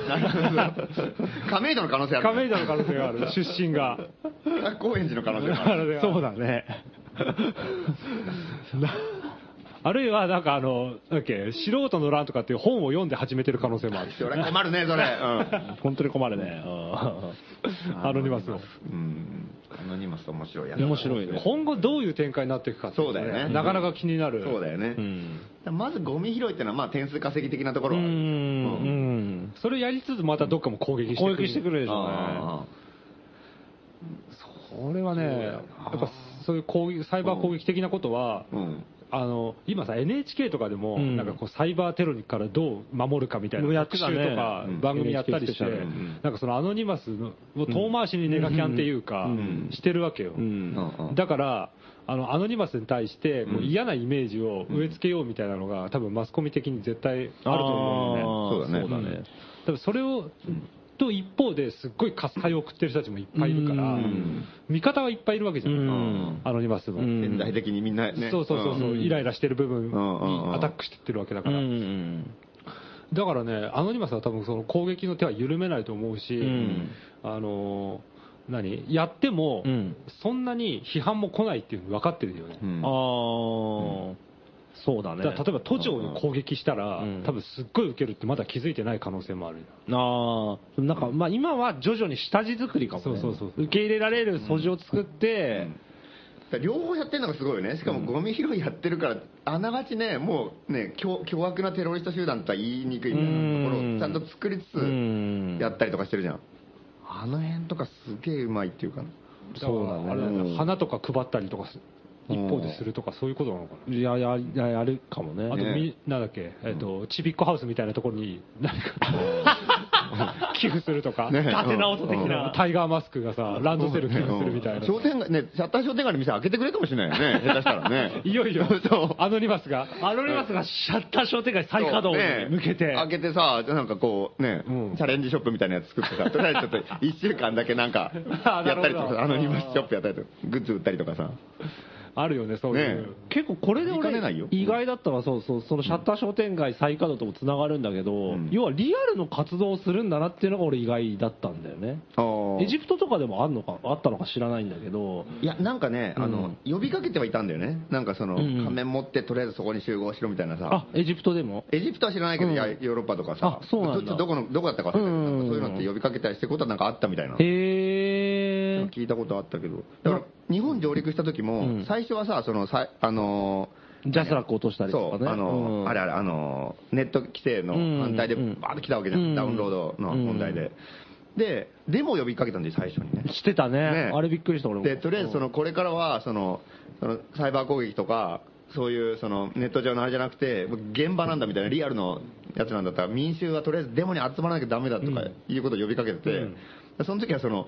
亀戸の可能性ある、
亀戸の可能性がある、出
<laughs>
身が。
高円寺の可能性もあ
あ
る。
れが
そうだね
<laughs> あるいは、なんかあの、なんだっけ、素人の乱とかっていう本を読んで始めてる可能性もある。
それ困るね、それ。
<laughs>
うん。
本当に困るね。うん
アノニマスを。
うん。アノニマス面白いやつ。
面白いね。
今後どういう展開になっていくかってい
そうだよね
なかなか気になる。
そうだよね。
うん。
だからまずゴミ拾いってのは、まあ点数稼ぎ的なところ
う
はある。
んうんそれやりつつまたどっかも攻撃してくる。
攻撃してくるでしょうね
あ
これはね、やっぱそういう攻撃、サイバー攻撃的なことは、
ーうん。
あの今さ NHK とかでも、
うん
なんかこうサイバーテロからどう守るかみたいな
やって
特集
たね
とか
うん
番組やったりし
NHK スペ
て、
シャル
うん
なんかそのアノニマスのを遠回しにネガキャンっていうか、
ん
してるわけよ、
うん
うん
だからあのアノニマスに対してこう
うん
嫌なイメージを植え付けようみたいなのが多分マスコミ的に絶対あると思うんだよね
そ
そ
うだね
うだね。
多分それを、と一方ですっごい喝采を送ってる人たちもいっぱいいるから、
ん
味方はいっぱいいるわけじゃん、
うん
アノニマスも、
うん
全体的にみんなね。
そうそうそうそう、
うん
イライラしてる部分
うんうんう
に
ん
アタックしてってるわけだから、
ん。
だからね、アノニマスは多分その攻撃の手は緩めないと思うし、
ん
あのー何やっても、
うん
そんなに批判も来ないっていうの分かってるよね。
うん。
あー、そうだね。
だから例えば都庁に攻撃したら、
うん
多分すっごい受けるってまだ気づいてない可能性もある。
ああ、なんか、まあ今は徐々に下地作りかもね。
そうそうそうそう
受け入れられる素地を作って、
だから両方やってるのがすごいよね、しかもゴミ拾いやってるから、あながちね、もうね凶、凶悪なテロリスト集団とは言いにくいみたいなところをちゃんと作り
う
つ
ん
つやったりとかしてるじゃん、あの辺とかすげえうまいっていうか、
そうだね
からあれよ花とか配ったりとかす一方でするとかそういうことなのかな。
いや、や、ややるかも
あと
ね。
み、なんだっけ、えっと、ちびっこハウスみたいなところに、何か
<laughs>
こう、寄付するとか、
ね
立て直す的
う
な、
ん
タイガーマスクがさ、ランドセル寄付するみたいな。
商店街、ね、シャッター商店街の店開けてくれるかもしれないよね、下手したら
<laughs>
ね。
いよいよ
そう、
アノニマスが、
アノニマスがシャッター商店街再稼働に向けて、
ね開けてさ、なんかこうね、
うん
チャレンジショップみたいなやつ作ってさ、とりあえずちょっと1
<laughs>
週間だけなんか
あ、な
や
るほ
った
ど
りとか、アノニマスショップやったりとか、グッズ売ったりとかさ。
あるよね、そうい
ね
う。
結構これで
行か
俺
れないよ、
意外だったわ、そうそう、そのシャッター商店街再稼働ともつながるんだけど、
ん
要はリアルの活動をするんだなっていうのが俺意外だったんだよね。エ
エ
ジプトとかでもあんのか、あったのか知らないんだけど、
いや、なんかね、あの、呼びかけてはいたんだよね。なんかその、
うんうん
仮面持ってとりあえずそこに集合しろみたいなさ
あ。、エジプトでも
エジプトは知らないけど、いやヨーロッパとかさ
あ、そうなんだ
ちょっとどこの、どこだったか忘れたけ
う
ど
んうんうん
なんかそういうのって呼びかけたりしてることはなんかあったみたいな。
へー。
聞いたことあったけど。だから、日本上陸した時も、
うん
最初はさ、その、さあのー
ジャスラック落としたりとかね
そう、あの
う
ー
ん
あれあれ、あのーネット規制の反対で
うんうん
バーッと来たわけじゃん、
うん
ダウンロードの問題で。で、デモを呼びかけたんで、最初にね。
してたね
ね
あれびっくりした俺も
でとりあえずそのこれからはそのそのサイバー攻撃とかそういうそのネット上のあれじゃなくてもう現場なんだみたいなリアルのやつなんだったら民衆はとりあえずデモに集まらなきゃダメだとかいうことを呼びかけてて、でその時はその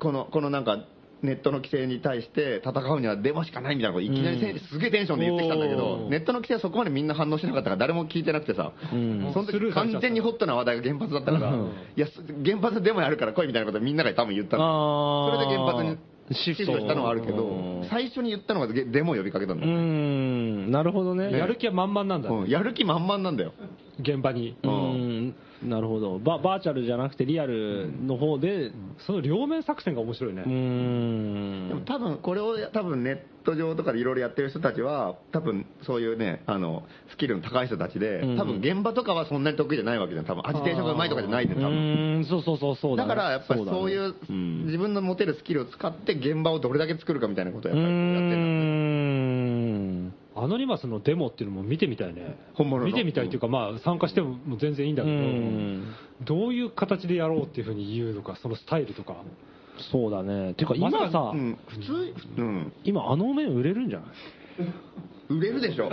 このこのなんかネットの規制に対して戦うにはデモしかないみたいなこといきなりせんすげえテンションで言ってきたんだけ
お
ど
ー
ネットの規制はそこまでみんな反応しなかったから誰も聞いてなくてさ、
ん
その時完全にホットな話題が原発だったから、いやす原発デモやるから来いみたいなことみんなが多分言ったの
あ
それ
ー
で原発に
シ
シ
フト
フトしたのはあるけ
う
ど
ん、
最初に言ったのがゲデモを呼びかけたんだ
う
よね、
んなるほどね
やる気は満々なんだ
う
ね、
んやる気満々なんだよ、
現場に。
う
うん
なるほどババーチャルじゃなくてリアルの方で
その両面作戦が面白いね
う。
でも
ん
多分これを多分ネット上とかでいろいろやってる人たちは、多分そういうね、あのスキルの高い人たちで
うん、
多分現場とかはそんなに得意じゃないわけじゃん、多分アジテーションがうまいとかじゃないで、多
う
分
んそうそうそうそう
だからやっぱりそういうう、自分の持てるスキルを使って、現場をどれだけ作るかみたいなことを
う
やっぱりやってるんだ
ん
アノニマスのデモっていうのも見てみたいね。
本物の
見てみたいっていうか、まあ参加してももう全然いいんだけど、
うん
どういう形でやろうっていうふうに言うのか、そのスタイルとか。
そうだねてか今
まさ
さ
うん、普通、うん、
今あの面売れるんじゃない
売れるでし
<laughs>
ょ、
い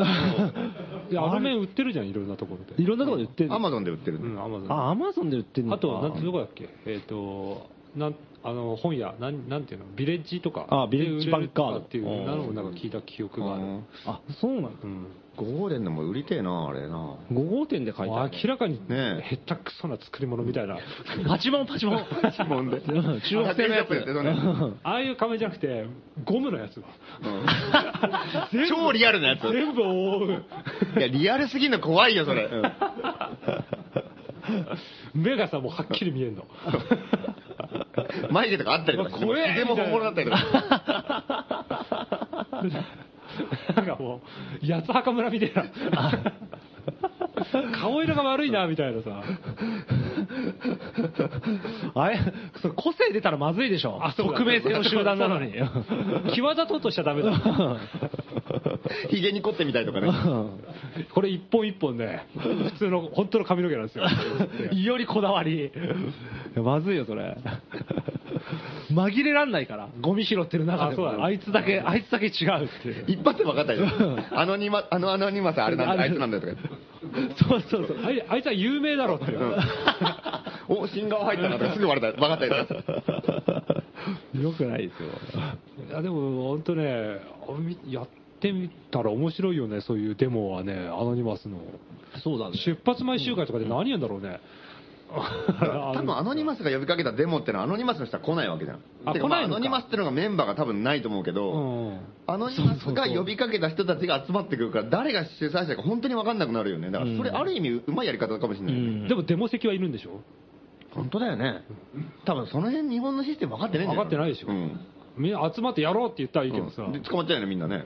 や、あの面売ってるじゃん、いろんなところで。
いろんなところで売ってる
アマゾンで売ってる
う、ん、アマゾン。
あアマゾンで売ってるの
あ
か
とは、なんてどこだっけえっ、と、なん、あの、本屋、なん、なんていうの、ビレッジとか。
あビレッジバンカード
で売れるとかっていう
うん
なのをなんか聞いた記憶がある。
うん
あそうなんだ
うん。
5号店でも売りてえな、あれな。
5号店で書いてある
明らかに、
ね
へったくそな作り物みたいな。
パチモンパチモンパチモンで中国製のやつ
やってたね
ああいう仮面じゃなくて、ゴムのやつは。
超リアルなやつ。
全部覆う。
いや、リアルすぎるの怖いよ、それ。
目がさ、もうはっきり見えんの。
眉毛とかあったりとか
うわ怖え <laughs>
でも本物だったりとか。
なんかもう、八つ墓村みたいな。顔色が悪いな、みたいなさ。
あれそれ個性出たらまずいでしょ。
あそうだ
匿名性の集団なのに。
<laughs> 際立とうとしちゃダメだ。
ヒゲに凝ってみたいとかね。
<laughs> これ一本一本ね、普通の、本当の髪の毛なんですよ。
<laughs> よりこだわり。いやまずいよ、それ。 <laughs> 紛れらんないから、ゴミ拾ってる中でも
あそうだね
あいつだけ、あいつだけ違うっていう。
一発で分かったよ。あのにま、あのアノニマスあれなんだ、あいつなんだよとか言っ
<laughs>
て。
そうそうそう。
あいあいつは有名だろうって。
お、新顔入ったなとかすぐ分かった、分かったよとか。
<laughs>
よくないですよ。
<laughs> いやでも本当ね、みやってみたら面白いよね、そういうデモはね、アノニマスの。
そうだね。
出発前集会とかで何やんだろうね。 <laughs>
多分アノニマスが呼びかけたデモってのはアノニマスの人は来ないわけじゃん。
あ
てかまあ
来ない
ア
のか
ノニマスってのがメンバーが多分ないと思うけ
う
ど、
ん。
アノニマスが呼びかけた人たちが集まってくるから、誰が主催者か本当に分かんなくなるよね。だからそれある意味うまいやり方かもしれないよね。
でもデモ席はいるんでしょ
本当だよね。多分その辺日本のシステム分かってないんだよ
分かってないでしょ
うん。
みんな集まってやろうって言ったらいいけどさ。
で捕まっちゃうよね、みんなね。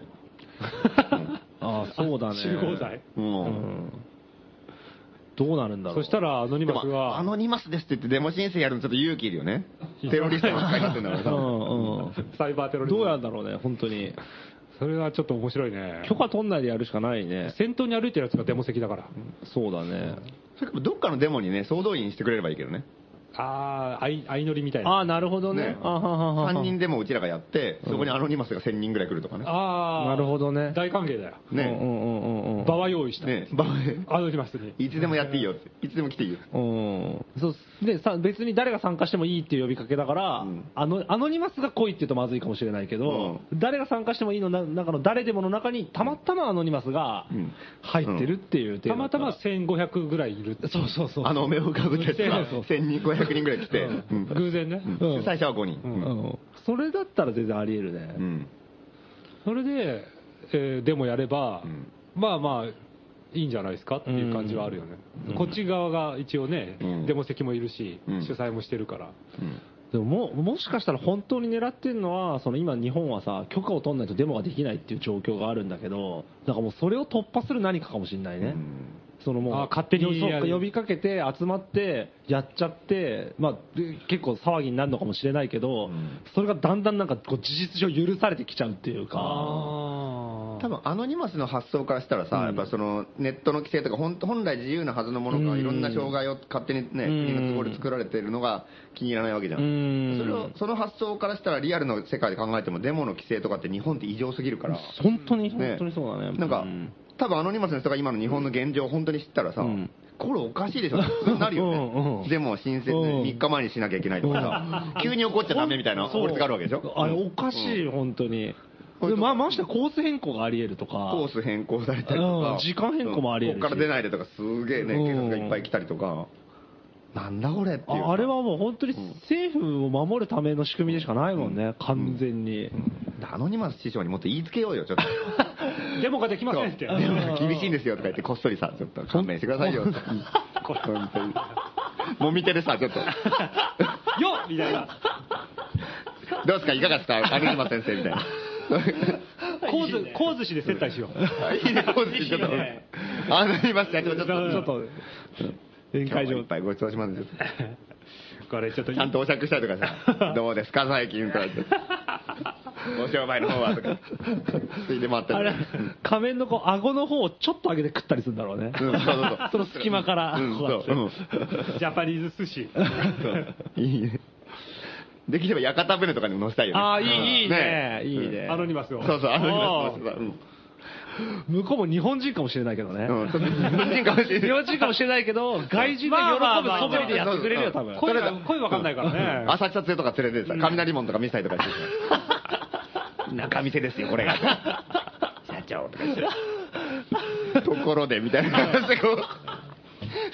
ああ、そうだね。
集合罪。
うん。
どうなるんだろ。
そうしたらアノニ
で
マス
も、ア
は、
ノニマスですって言ってデモ申請やるのちょっと勇気いるよね。テロリストの扱いになってんだ
<laughs> う
か
んうん。
サイバーテロリスト
どうやんだろうね、本当に。
それはちょっと面白いね。
許可取んないでやるしかないね。
先頭に歩いてるやつがデモ席だから。
そうだね。
ら。それかどっかのデモにね、総動員してくれればいいけどね。
ああ、相相乗りみたいな。
ああ、なるほどね
ね。
あはははは
3人デモをうちらがやって、そこにアノニマスが1000人ぐらい来るとかね。
ああ、
なるほどね
大歓迎だよ。
うんう
ね。
んうんうん。
場は用意した。
ね。ば
アノニマスに。
いつでもやっていいよって。いつでも来ていいよ。
うん、そうでさ別に誰が参加してもいいっていう呼びかけだから、
うん
あのアノニマスが来いって言うとまずいかもしれないけど、誰が参加してもいいのな中の誰でもの中にたまたまアノニマスが
うん
入ってるっていう、
たまたま1500ぐらいいる。
そうそうそう
あの目を浮かぶけど、
そう
1000人、500人ぐらい来て。うん
偶然ね。
うん主催者は5人。
う
うん
ん、それだったら全然ありえるね、
うん。
それで、えーでもやれば、
ん
まあまあ、いいんじゃないですかっていう感じはあるよね、こっち側が一応ね、
うん
デモ席もいるし、
うん
主催もしてるから、
うん
でももうもしかしたら本当に狙ってるのはその今日本はさ許可を取らないとデモができないっていう状況があるんだけどだからもうそれを突破する何かかもしれないね、
うん
そのもう
あ勝手に
そう
や
か
る
呼びかけて集まってやっちゃって、まあ、で結構騒ぎになるのかもしれないけど、
ん
それがだんだんなんかこう事実上許されてきちゃうっていうか
あ
多分アノニマスの発想からしたらさ、やっぱそのネットの規制とか、本本来自由なはずのもの
う
が、
ん
いろんな障害を勝手にね、
うん
国の都合で作られているのが気に入らないわけじゃ
うんん。
それを、その発想からしたら、リアルの世界で考えても、デモの規制とかって日本って異常すぎるから、
本当に
ね
本当にそうだね
なんか
う、
多分アノニマスの人が今の日本の現状を本当に知ったらさ
うん、
これおかしいでしょ、普通になる
<laughs>
よ
うんう
ね。
ん
デモを申請
うん
3日前にしなきゃいけないとかさ、急に怒っちゃダメみたいな
そう
法律があるわけでしょ。
あれおかしい、本当に
こうい
で
うとこ
まあましてコース変更がありえるとか
コース変更されたりと
うん
か、
時間変更もありえるし
ここから出ないでとか、すげえね、
うん
警察がいっぱい来たりとか、なんだこれっていう
ああれはもう本当に政府を守るための仕組みでしかないもんね、完全に、
アノニマス師匠にもっと言いつけよ
<laughs>
うよ、ちょっと。
ーデモができませんって、
そうでも厳しいんですよとか言って、こっそりさ、ちょっと勘弁してくださいよ、本当に。もみ手でさ、ちょっと、
よっ
<laughs>
みたいな、
どうですか、いかがですか、アノニマス先生みたいな。
<laughs>
こうずこう寿司で接待しよう、
<laughs> いいね、こうしてちょっ
いいね
と。アノニマス社長、ちょっと、
ちょっと
宴
今
会
日もい
場
っぱいごちそうしますよ。
これちょっと、
ちゃんとお酌したりとか
<laughs>
さ、どうですか、最近とか言って。ご商売の方はとか、ついで回った
あ
り
れ
とか。、
仮面のこう、顎の方をちょっと上げて食ったりするんだろうね。
うん、そうそうそう。
その隙間から
うん、
こうやって
そう。
ジャパニーズ寿司、
うん。 <laughs> いいね。できれば屋形船とかにも乗せたいよね。
ああ、いい、いいね。
え
いいね
ア。ノニマスを、
そうそう、あの人うん。
向こうも日本人かもしれないけど <laughs> ね。
うん、ちょっと日本人かもしれ
日
ない。
本人かもしれないけど、外人が喜ぶ素振りでやってくれるよ、多分。
声が声わかんないからね、
朝茶連れとか連れてさ、雷門とか見せたりとかして。
<laughs>
中店ですよ、これが。社長とか
<laughs>
言って。ところで、みたいな感じでこう。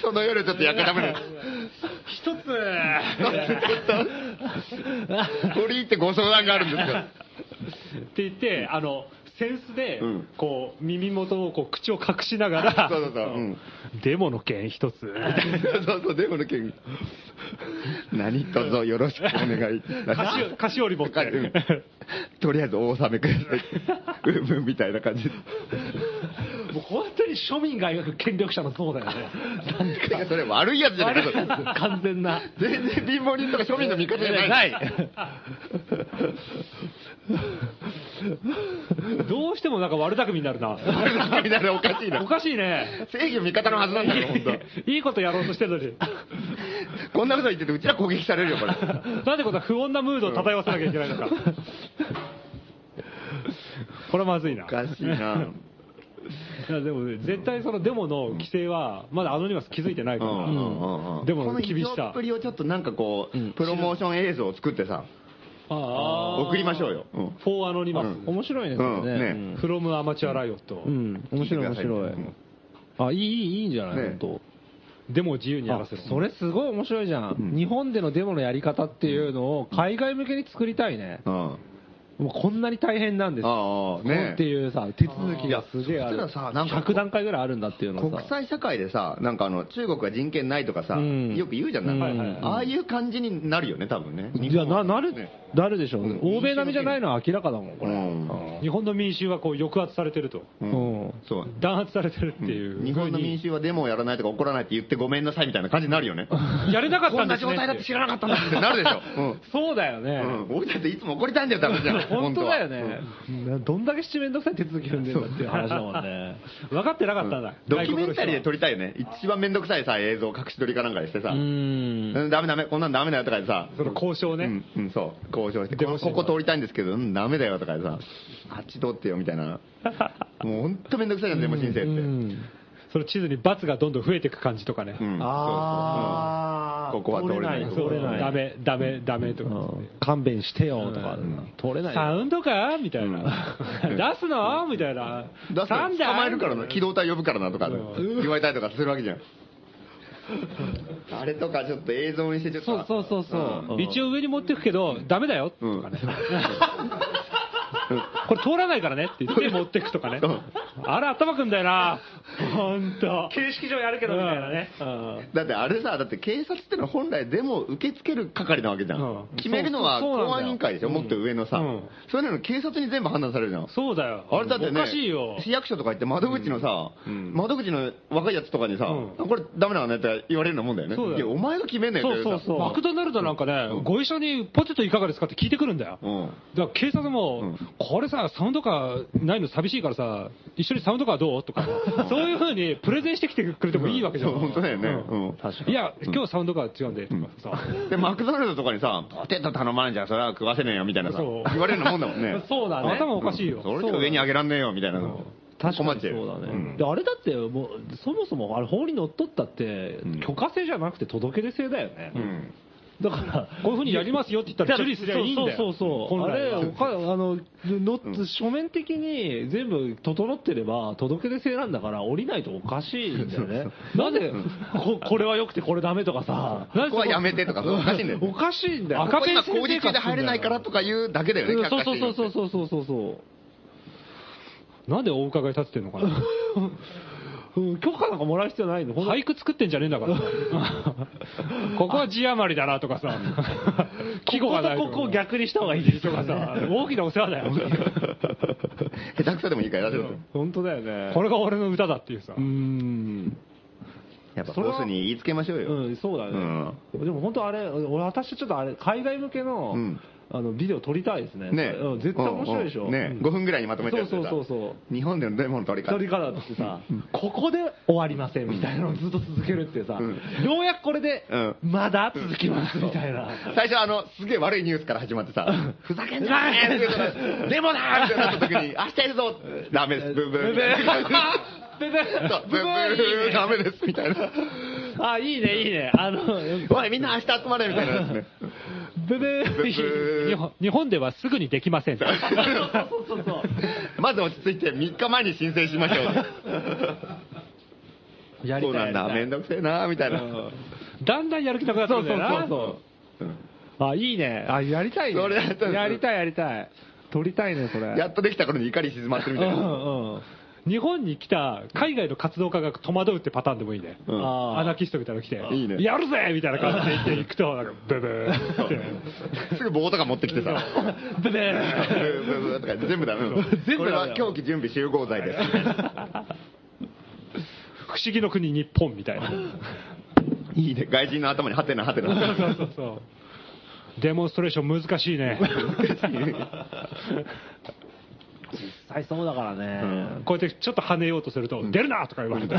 その夜ちょっと屋形船。
一つ、
取り入ってご相談があるんですよ。
って言って、あの、センスで
うん、
こう、耳元をこう、口を隠しながら、
<laughs> そうそうそう
あの
うん
デモの件一つ。
そうそう、デモの件。何卒よろしくお願いいたしま
菓子菓子折り持っ
うん
て。
す。とりあえずお納めください。うんうんみたい
<laughs>
な感じ。
もう本当に庶民が描く権力者の像だよね。
てかそれ悪いやつじゃないかと。
完全な。
全然貧乏人とか庶民の味方じゃない。
ない。
どうしてもなんか悪巧みになるな。
みたいなおかしいな
お。かしいね。
正義の味方のはずなんだよ、本
<laughs>
いいことやろうとしてるのに。
当。こんなこと言ってて、うちら攻撃されるよ、これ。
なんでこんな不穏なムードを漂わせなきゃいけないのか。これまずいな。
おかしいな。
いやでもね、絶対そのデモの規制は、まだアノニマス気づいてないから、デモの厳し
この
さ
っぷ。りをちょっとなんかこう、プロモーション映像を作ってさ、
あ
送りましょうよ。うん
フォーアノニマ
うん
ス。
面白いですよね。う
う
んん
フロムアマチュアライオット
う。ん、面白い面白い。あ、いい、いい、いいんじゃない、
ね
本
デモを自由に
当。
や
あ
らせる。
それすごい面白いじゃん,、
うん
日本でのデモのやり方っていうのを海外向けに作りたいね。
うん。
もうこんなに大変なんですよ。
ああ、
ね、
ね
っていうさ、手続きがすげえあ
い
る。
やそしたらさなんか
100段階ぐらいあるんだっていうのさ。
国際社会でさ、なんかあの、中国は人権ないとかさ、
うん
よく言うじゃん、なんか
はいはいはい
ああいう感じになるよね、多分ね。
いや、な、なる、
ね
なるでしょう、
うん
欧米並みじゃないのは明らかだもん、これ。
うん
日本の民衆はこう抑圧されてると。
うん
そう。
弾圧されてるっていう。
日本の民衆はデモをやらないとか怒らないって言ってごめんなさいみたいな感じになるよね。
やれなかっ
<laughs> こ
た
ん
ん
な
です
状
ね
態だって知らなかったんだってなるでしょ。
そうだよね。
うん。うん。俺だっていつも怒りたいんだよ、多分じゃん。
本当
は
だよね、うんどんだけ七面倒くさい手続き踏んでんだっていう話だもんね。
分かってなかったんだ。
ドキュメンタリーで撮
り。
りたいよね。一番めんどくさいさ、映像隠し撮りかなんかでしてさ、
う
うん、
ん。
ダメダメ、こんなんダメだよとかでさ、
その交渉ね。
うん、うん、そう、交渉して、
で
こ
も
ここ通りたいんですけど、うん、ダメだよとかでさ、あっち通ってよみたい <laughs> な。もうほんとめんどくさいじゃん、デモ申請って。う。
うんん
その地図に罰がどんどん増えていく感じとかね。
あー
そうそううんここは通れない
通れない。
ダメ、ダメ、ダメと
う
かですね。
ん勘弁してよとか
ん、
取れない。
サウンドかみたいな。 <laughs> 出すのみたいな。
だって
なんで
捕まえるからな、機動隊呼ぶからなとか、
うん
言われたりとかするわけじゃん。
<laughs>
あれとかちょっと映像にしてちょっと。
そうそうそうそう。
一応上に持ってくけど、ダメだよ。
うん。
<laughs> これ通らないからねって言って持ってくとかね。あれ頭くんだよ
<laughs>
な。ほんと。形式上やるけどみたいなね。
だってあれさ、だって警察ってのは本来デモを受け付ける係なわけじゃん。
うん
決めるのは
そうそうそうなんだよ
公安委員会でしょ、もっと上のさ。
うん
それなのに警察に全部判断されるじゃん。
そうだよ。
あれだってね、
おかしいよ。
市役所とか行って窓口のさ、
ん
窓口の若いやつとかにさ、
うん
あこれダメなのねって言われるようなもんだよね。
そうだよ
いや、お前が決めんねん
そうそうそう。マ
マ
ク
ク
ドナルドなんかね、ご一緒にポテトいかがですかって聞いてくるんだよ。
うん。
だから警察も、
うん
これさ、サウンドカーないの寂しいからさ、一緒にサウンドカーどうとか、そういうふうにプレゼンしてきてくれてもいいわけじゃん。
そう本当だよね。
う
うんん。確
いや、今日サウンドカー違うんで、とかさ。
で、マクドナルドとかにさ、ポテト頼まんじゃん、それは食わせねえよ、みたいなさ、
そう。
言われるようなもんだもんね
<laughs>
そうだね。頭おかしいよ。
それじゃ上に上げらんねえよ、みたいな。
確か
困
に
っちゃう
そう
よ
だね、
うん
であれだってもうそもそもあれ法にのっとったって
ん
許可制じゃなくて届け出制だよね、
うん
だから
こういうふうにやりますよって言ったら、受理すりゃいいんだよ。
そうそうそう
本
あ
来
れ
は
おかあのの書面的に全部整ってれば届け出制なんだから降りないとおかしいんだよね <laughs> なんでここれは良くてこれダメとかさ
ここはやめてとか、そうおかしいんだよ。
おかしいんだよ
赤ペン
今
先生
工事中で入れないからとか言うだけだよね、
うん
却
そう
下
そう
して
そうそうそうそうそう
なんでお伺い立ててんのかな。
うん許可なんかもらう必要ないのほんと
俳句作ってんじゃねえんだから。ここは字余りだなとかさ。季語がない
ここ
と
と
か。
ここ逆にした方がいいです <laughs>
とかさ、大きなお世話だよ。
下手くそでもいいからやらせる。
本当だよね
これが俺の歌だっていうさ。
うん
やっぱボスに言いつけましょうよ。
うん、そうだね、でも本当、あれ、俺、私、ちょっとあれ、海外向けの,、
うん
あのビデオ撮りたいですね、
ね
うん、絶対面白いでしょ、
うんね、5分ぐらいにまとめてやつでさ
そうそうそう
日本でのデモの取り
撮
方。
り方ってさ、ここで終わりませんみたいなのをずっと続けるってさ、
うん
ようやくこれで
うん、
まだ続きますみたいな。
最初あの、すげえ悪いニュースから始まってさ、ふざけんじゃねえって言うとデモだーってなった時
<laughs>
に、明日やるぞダメです、ブーブー。
でで
そう
ブ
ブ
ブ
ー
ー
ブ
いい
ー、
ね
ダメです、みたいな。
<laughs>
あ、いいね、いいね。あの、
おい、みんな明日集まれ、みたいなやつね。
ブブ
ブ
ーいいね
日
ーブ
本日本ではすぐにできま
<laughs>
せん。
そうそうそう。
ー。まず落ち着いて、3日前に申請しましょ
<laughs>
う。
やり
そう
た
ないん
やり
だ、
た
め
い
んどくせえな、みたいな。
だんだんやる気なくなってくるんだよな。
そうそう。あ、いいね。あ、やりたいね。
それやったんですよ
やりたい、やりたい。撮りたいね、それ。
やっとできた頃に怒り静まってるみ
う
たいな。
んうん。
日本に来た海外の活動家が戸惑うってパターンでもいいね。
うん
あーアナキストみたいなの来て、
いいね
やるぜみたいな感じで行って行くと、なんか、ブブ
<laughs>
ーって。
すぐ棒とか持ってきてさ。
ブブ
ブ
ー
ーブーブーとか全部ダメ。
全部ダメだよ
これは狂気準備集合罪です。
不思議の国日本みたいな。
いいね。外人の頭にハテナハテ
<laughs>
ナ。
そうそうそう。デモンストレーション難しいね。
実際そうだからね、
こうやってちょっと跳ねようとすると、出るなとか言われて。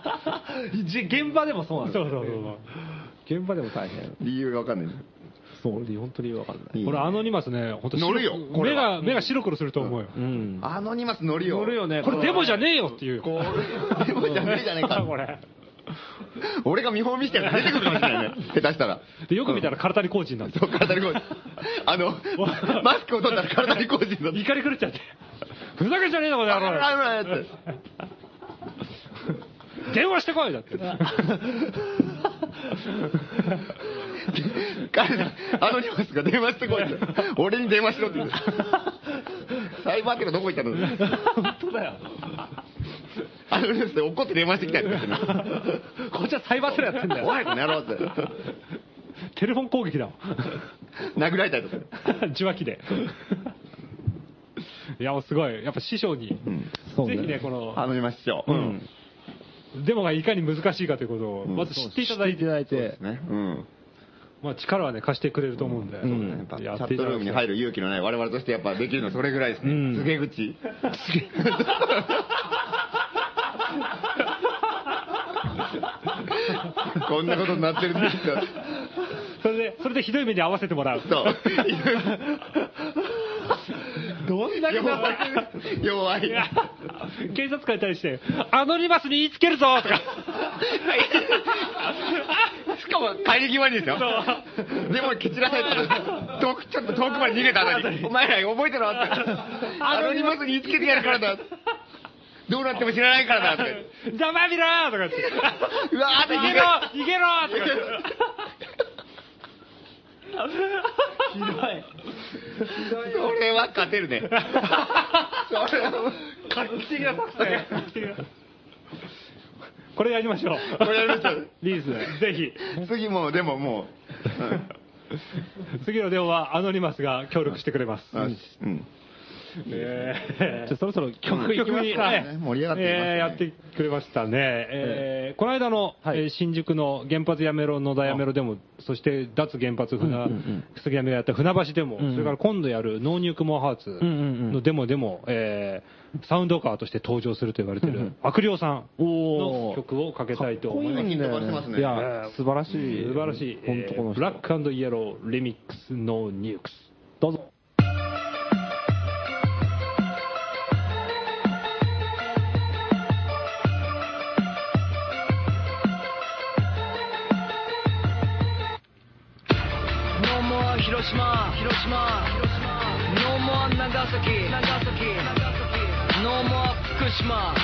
<laughs>
じ現場でもそうなんだ
そ
よ
う
ね
そうそう。
現場でも大変
理由がわかんない。
そう本当に分かんない
いいね
これアノニマスね、本当
乗るよこ
目
れは
が、目が白黒すると思うよ。
うん
アノニマス乗るよ。
乗るよね
これデモじゃねえよっていう。
これ、でもじゃねえじゃね
<laughs>
えか。
これ。
俺が見本見してやつ出てくるかもし
<laughs>
れないね。下手したら。
で、よく見たら体にコーチになって。
そう、体にこう。あの、マスクを取ったら体にこうじんだ
怒り狂っちゃって。ふざけんじゃねえのこの野郎
って。
電話してこいだって。
彼ら、アノニマスが電話してこいって。俺に電話しろって言う。サイバーテロどこ行ったの
本当だよ
アノニマスで怒って電話してきたやつだってね
こっちはサイバーテロやってんだよ
おい、この野郎って。
テレフォン攻
<laughs>
撃だわ。
殴られたりとか。
受話器で。いや、もうすごい。やっぱ師匠に、
そう
ぜ
ね
ひね、この、
アノニマス師匠。うん。
デモがいかに難しいかということを、
ん
まず知っていただい
いた
て、
だいて
ね。うん。
まあ力はね、貸してくれると思うんで。
やっぱチ
や
ャ
って
ッ
いた
ト
だ
ルーム
き
に
たい
入る勇気のない我々としてやっぱできるのはそれぐらいですね。
うん
告げ <laughs> 口。こんなことになってるんですよ。
それで、それでひどい目に合わせてもらう。
そう。
どんだけ
弱い。弱い。
警察官に対して、アノニマスに言いつけるぞとか。
し
<laughs>
かも帰り際にですよ。でも蹴散らされたら、遠く、ちょっと遠くまで逃げた後 <laughs> に、お前ら覚えてろって。アノニマスに言いつけてやるからだ。どうなっても知らないからだって。
ざまみろーとか言って。
うわーって
逃
逃
げ
げ
ろ逃げろとか言って。
それは勝てるね。それは、画期的な作戦。
これやりましょう。
これやりましょう
リース、ぜひ。
次もう、でもも
次の電話はアノニマスが協力してくれます。
う、うん。
えー
じゃあそろそろ曲いき
曲
ます
に
か、
ね
盛り上がってきましたね
えーやってくれましたね。えーこの間の、
はい
えー新宿の原発やめろ、野田やめろでも、そして脱原発船、杉並がやった船橋で
ん
も、
うん
それから今度やるノーニュークモアハーツ
んうんうん
のデモでも、えーサウンドカーとして登場すると言われて
うんう
る
ん
悪霊さん
お
の
ー
曲をかけたいと思います。
いいんだよね飛ばしてますね
いや素晴らしい
素晴らしい。
本当この
え
人
ーブラックイエローリミックスノーニュークス。
どうぞ
ノーモア広島広島ノーモア長崎長崎ノーモア福島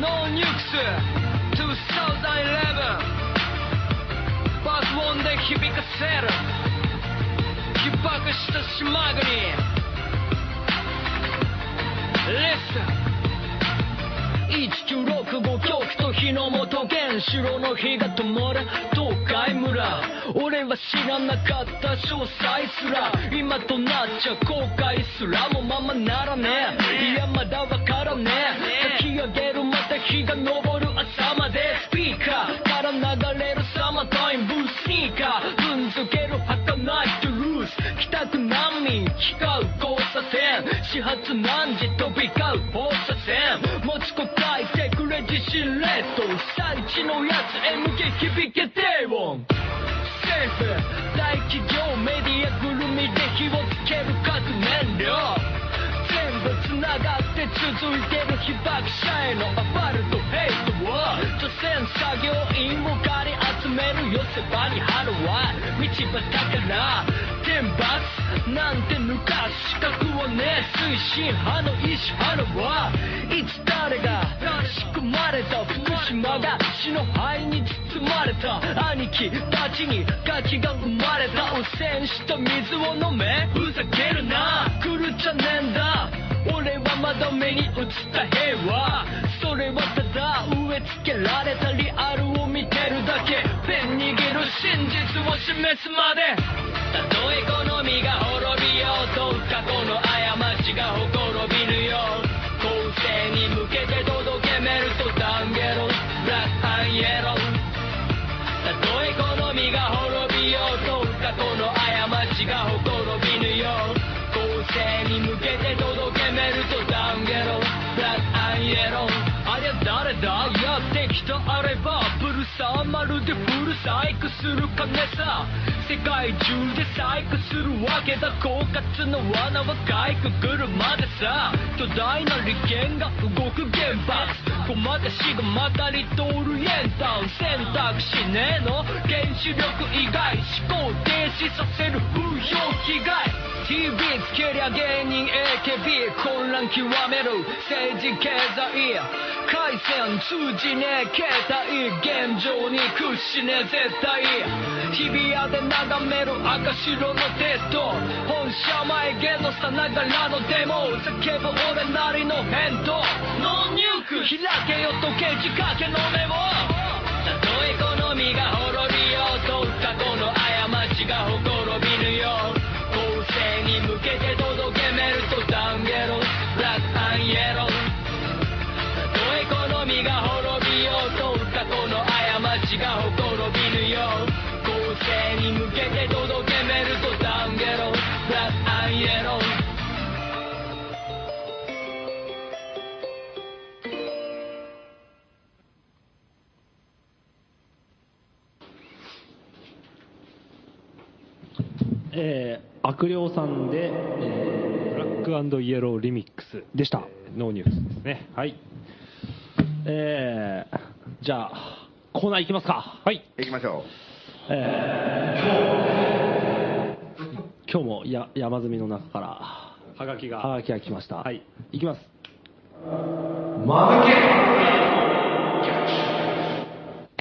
ノーニュークス2011バス音で響かせる被爆した島国 Listen 1965局と日の元原子炉の火が灯る東海村俺は知らなかった詳細すら今となっちゃ後悔すらもままならねえいやまだわからねえ焚き上げるまた日が昇る朝までスピーカーから流れるサマータイムブースニーカーぶんづける儚いトゥルース北区難民機関交差点始発何時飛び交う交差点持ちこたえてくれ自信レッド被災地のやつへ向け響けてよセーフ大企業メディアぐるみで火をつける核燃料全部つながって続いてる被爆者へのアバルトヘイトを除染作業員を借り集める寄せ場に春は道端から天罰なんて抜かす資格はねえ推進派の意志派のはいつ誰が仕組まれた福島が死の灰に包まれた兄貴たちにガキが生まれた汚染した水を飲めふざけるな狂っちゃねえんだ俺はまだ目に映った平はそれはただ植え付けられたリアルを見てるだけペン握る真実を示すまでたとえ好みが滅びようと過去の過ちがほころびるよ後世に向けて届けメルトダウンゲロブラックイエローたとえ好みが滅びようと過去の過ちがほころびぬよう後世に向けて届けメルトダウンゲロブラックイエローありゃ誰だやってきたあればブルさまるでブル細工する金さ世界中で細工するわけだ狡猾の罠はかいくぐるまでさ巨大な利権が動く原発小股しがまたり通るエンタウン選択肢ねえの原子力以外思考停止させる風評被害 TV つけりゃ芸人 AKB 混乱極める政治経済回線通じねえ携帯現状に屈しねえ絶対日比谷で眺める赤白のテスト本社前ゲノさながらのデモ叫ぶ俺なりの返答ノンニューク開けよ時計仕掛けの目をたとえ好みが滅びようと過去の過ちがほころびぬよう後世に向けて届けメルトダウンゲロブラックイエローたとえ好みが滅びようと過去の過ちがほころびぬよう後世に向けて届けメルトダウンゲロブラックイエロー
えー、悪霊さんで、え
ブラックイエローリミックス
ーでした。
のニュースですね。はい。
えー、じゃあ、コーナー行きますか。
はい。
行きましょ
今日もや山積みの中から、
はがきが。
はがきが来ました。
はい。
行きます。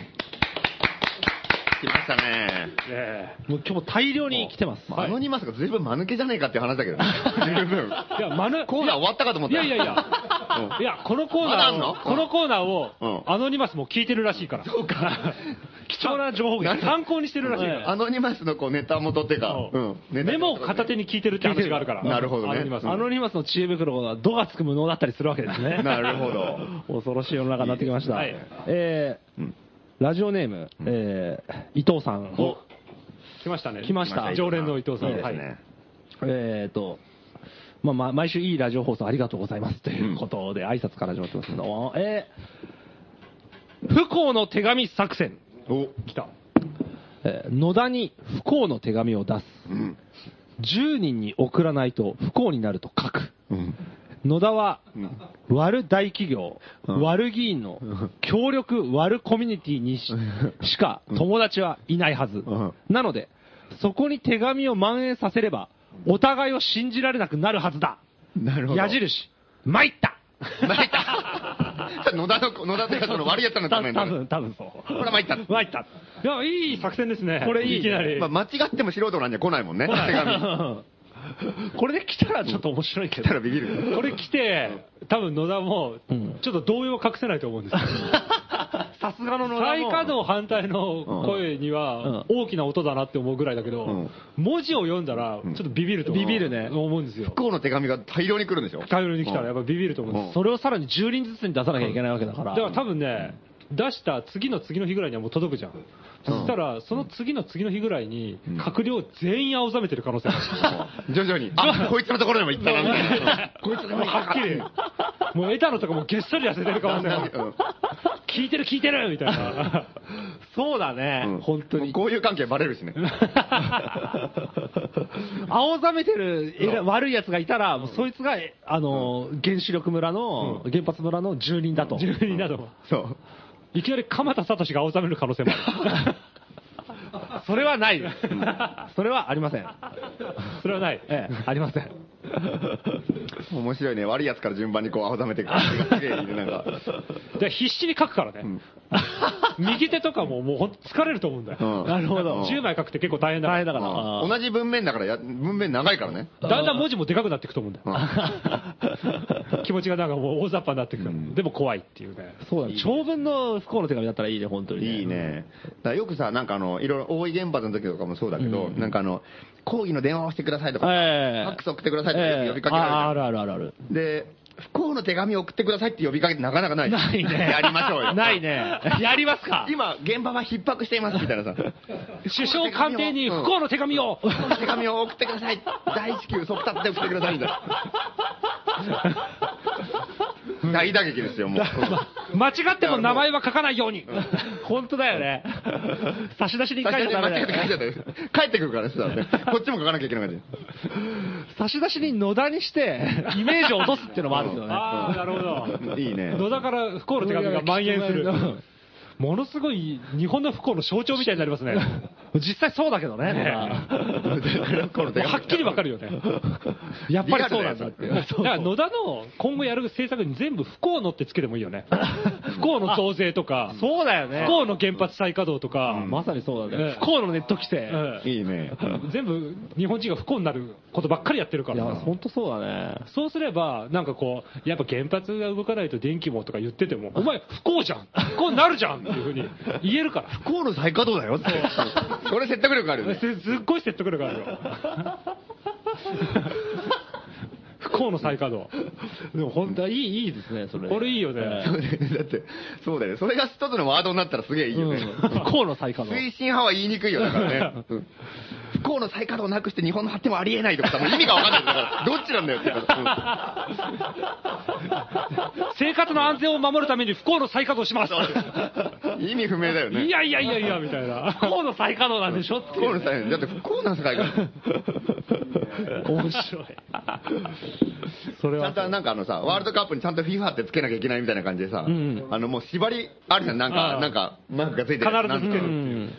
う。来ましたね。
ええ
もう今日も大量に来てます。
アノニマスが随分間抜けじゃねえかっていう話だ
<laughs>
けどね。十分。
いや、まぬ、
コーナー終わったかと思っ
い
た
や
よ
いやいや。 <laughs> いや、このコー
まだあ
ナー
んの
を、このコーナーを
うん、
アノニマスも聞いてるらしいから。そうか。 <laughs> 貴重な情報源、参考にしてるらしいから。
アノニマスのこうネタ元っていうか、
う
うん
ん。メモを片手に聞いてるって話があるから。
なるほどね
アノニマス
アノニマスの知恵袋は度がつく無能だったりするわけですね。
<laughs> なるほど。
<laughs> 恐ろしい世の中になってきました。
いいです
えーラジオネーム、えー伊藤さん。
お来ましたね。
来ました
<laughs> 常連の伊藤さん。
いいです
はい。
ね。
えーと、まあまあ、毎週いいラジオ放送ありがとうございますということで、挨拶から始まってますけども、えー不幸の手紙作戦。
お、
来た。
えー野田に不幸の手紙を出す。
うん。
10人に送らないと不幸になると書く。
うん。
野田は、
うん
悪大企業、
うん
悪議員の協力悪コミュニティにししか友達はいないはず、
ん
なのでそこに手紙を蔓延させればお互いを信じられなくなるはずだ
なるほど。
矢。印参った
参った。野田の、野田というかその悪いやつらのために。
多分多分そう
ほら参った
参った
いや、いい作戦ですね。
これいいね
きなり
まあ。間違っても素人なんじゃ来ないもんね。手紙。
これで来たらちょっと面白いけ
来
ど
たらビビる。
これ来て、多分野田も、ちょっと動揺を隠せないと思う
<laughs>
んですよ。
さすがの野田
再
も
稼働反対の声には大きな音だなって思うぐらいだけど、
ん
文字を読んだらちょっとビビると思う
ビビるね
思うんですよ
不。幸の手紙が大量に来るんでしょ
頼りに来たらやっぱビビると思うんです。
それをさらに10人ずつに出さなきゃいけないわけだから
だから多分ね、出した次の次の日ぐらいにはもう届くじゃん。そしたら、その次の次の日ぐらいに、閣僚全員青ざめてる可能
<laughs>
性があ
徐々に。あ、こいつのところにも行ったな、みたいな。
る。こいつもうはっきり、もう枝野とかもうげっそり痩せてる可能性がある。
うん
聞いてる聞いてるみたいな。
<laughs> そうだね、
うん
本当に
こういう関係バレるしね。
<laughs> 青ざめてるえら悪い奴がいたら、もうそいつが、えあの、原子力村の、原発村の住人だと。
住人など。
そう。
いきなり鎌田聡が青ざめる可能性もある。
<laughs> それはない。それはありません。
それはない。
ええ、ありません。
面白いね。悪いやつから順番にこう、青ざめていく感じがすげえいいねなんか。
で必死に書くからね。 <laughs> 右手とかももうほんと疲れると思うんだよ。
うん
なるほど。
10枚書くって結構大変だか
大変
ら。
だから。
同じ文面だからや、文面長いからね。
だんだん文字もでかくなっていくと思うんだよ。 <laughs> 気持ちがなんかもう大雑把になっていくから。でも怖いっていうね。
そうだね、長文の不幸の手紙だったらいいね、本当に、
いい。ね。だからよくさ、なんかあの、いろいろ、大井原発の時とかもそうだけど、なんかあの、抗議の電話をしてくださいとか、フ
ええ
ァックス送ってくださいとかよ
え
く
え
呼びかけられるじゃん
ああるあるあるある。
で、不幸の手紙を送ってくださいって呼びかけてなかなかない。ないね。やりましょうよ。
ないね。やりますか
今、現場は逼迫していますみたいなさ、
首相官邸に不幸の手紙を
不幸の手紙を送ってください、大至急即達で送ってくださいみたいな。大打撃ですよ、もう。
間違っても名前は書かないように。
本当だよね。差し出しに書い
間
ち
違
ゃ
っ
ダメだよ
て書いちゃったよ。帰ってくるからさ、こっちも書かなきゃいけないから。
差し出しに野田にして、イメージを落とすっていうのもあるけど
<laughs>
ね。
ああ、なるほ <laughs> ど。
いいね
野田から不幸の手紙が蔓延する。ものすごい日本の不幸の象徴みたいになりますね。
<laughs> 実際そうだけどね。
<laughs> この手紙
はっきりわかる <laughs> よね。
やっぱりそうなんだって。
リ
い
アル
<laughs>
だよ
う
だから野田の今後やる政策に全部不幸のってつけてもいいよね。 <laughs> 不幸の増税とか、不
そうだよね。
幸の原発再稼働とか、
まさにそうだ
ね
ね。不幸のネット規制。
うん
いいね。
全部日本人が不幸になることばっかりやってるか
いや、
らさ。
本当そうだね。
そうすれば、なんかこう、やっぱ原発が動かないと電気もとか言ってても、お前不幸じゃん不幸になるじゃんっていうふうに言えるから。
不幸の再稼働だよって。それ説得力あるよね。
<laughs> すすっごい説得力あ
<laughs>
るよ。不幸の再稼働。
でも本当はいい、いいですね、それ。
これいいよね
え
<laughs> だって、そうだよね。それが一つのワードになったらすげえいい
え
よ
うん
ね。
不幸の再稼働。
推進派は言いにくいよ、だからね。うん不幸の再稼働なくして日本の発展はありえないとかさ、もう意味がわかんないから、どっちなんだよって言うから。
生活の安全を守るために不幸の再稼働します
うん意味不明だよね。
いやいやいやいや、みたいな。
不幸の再稼働なんでしょって
不幸の再だって不幸な世界から。
面白い。それ
ちゃん
は。
となんかあのさ、ワールドカップにちゃんと FIFA ってつけなきゃいけないみたいな感じでさ、
ん
あのもう縛りあるじゃん、なん
あ
か、
あ
なんか、マークがついてる。
必ずつける
うん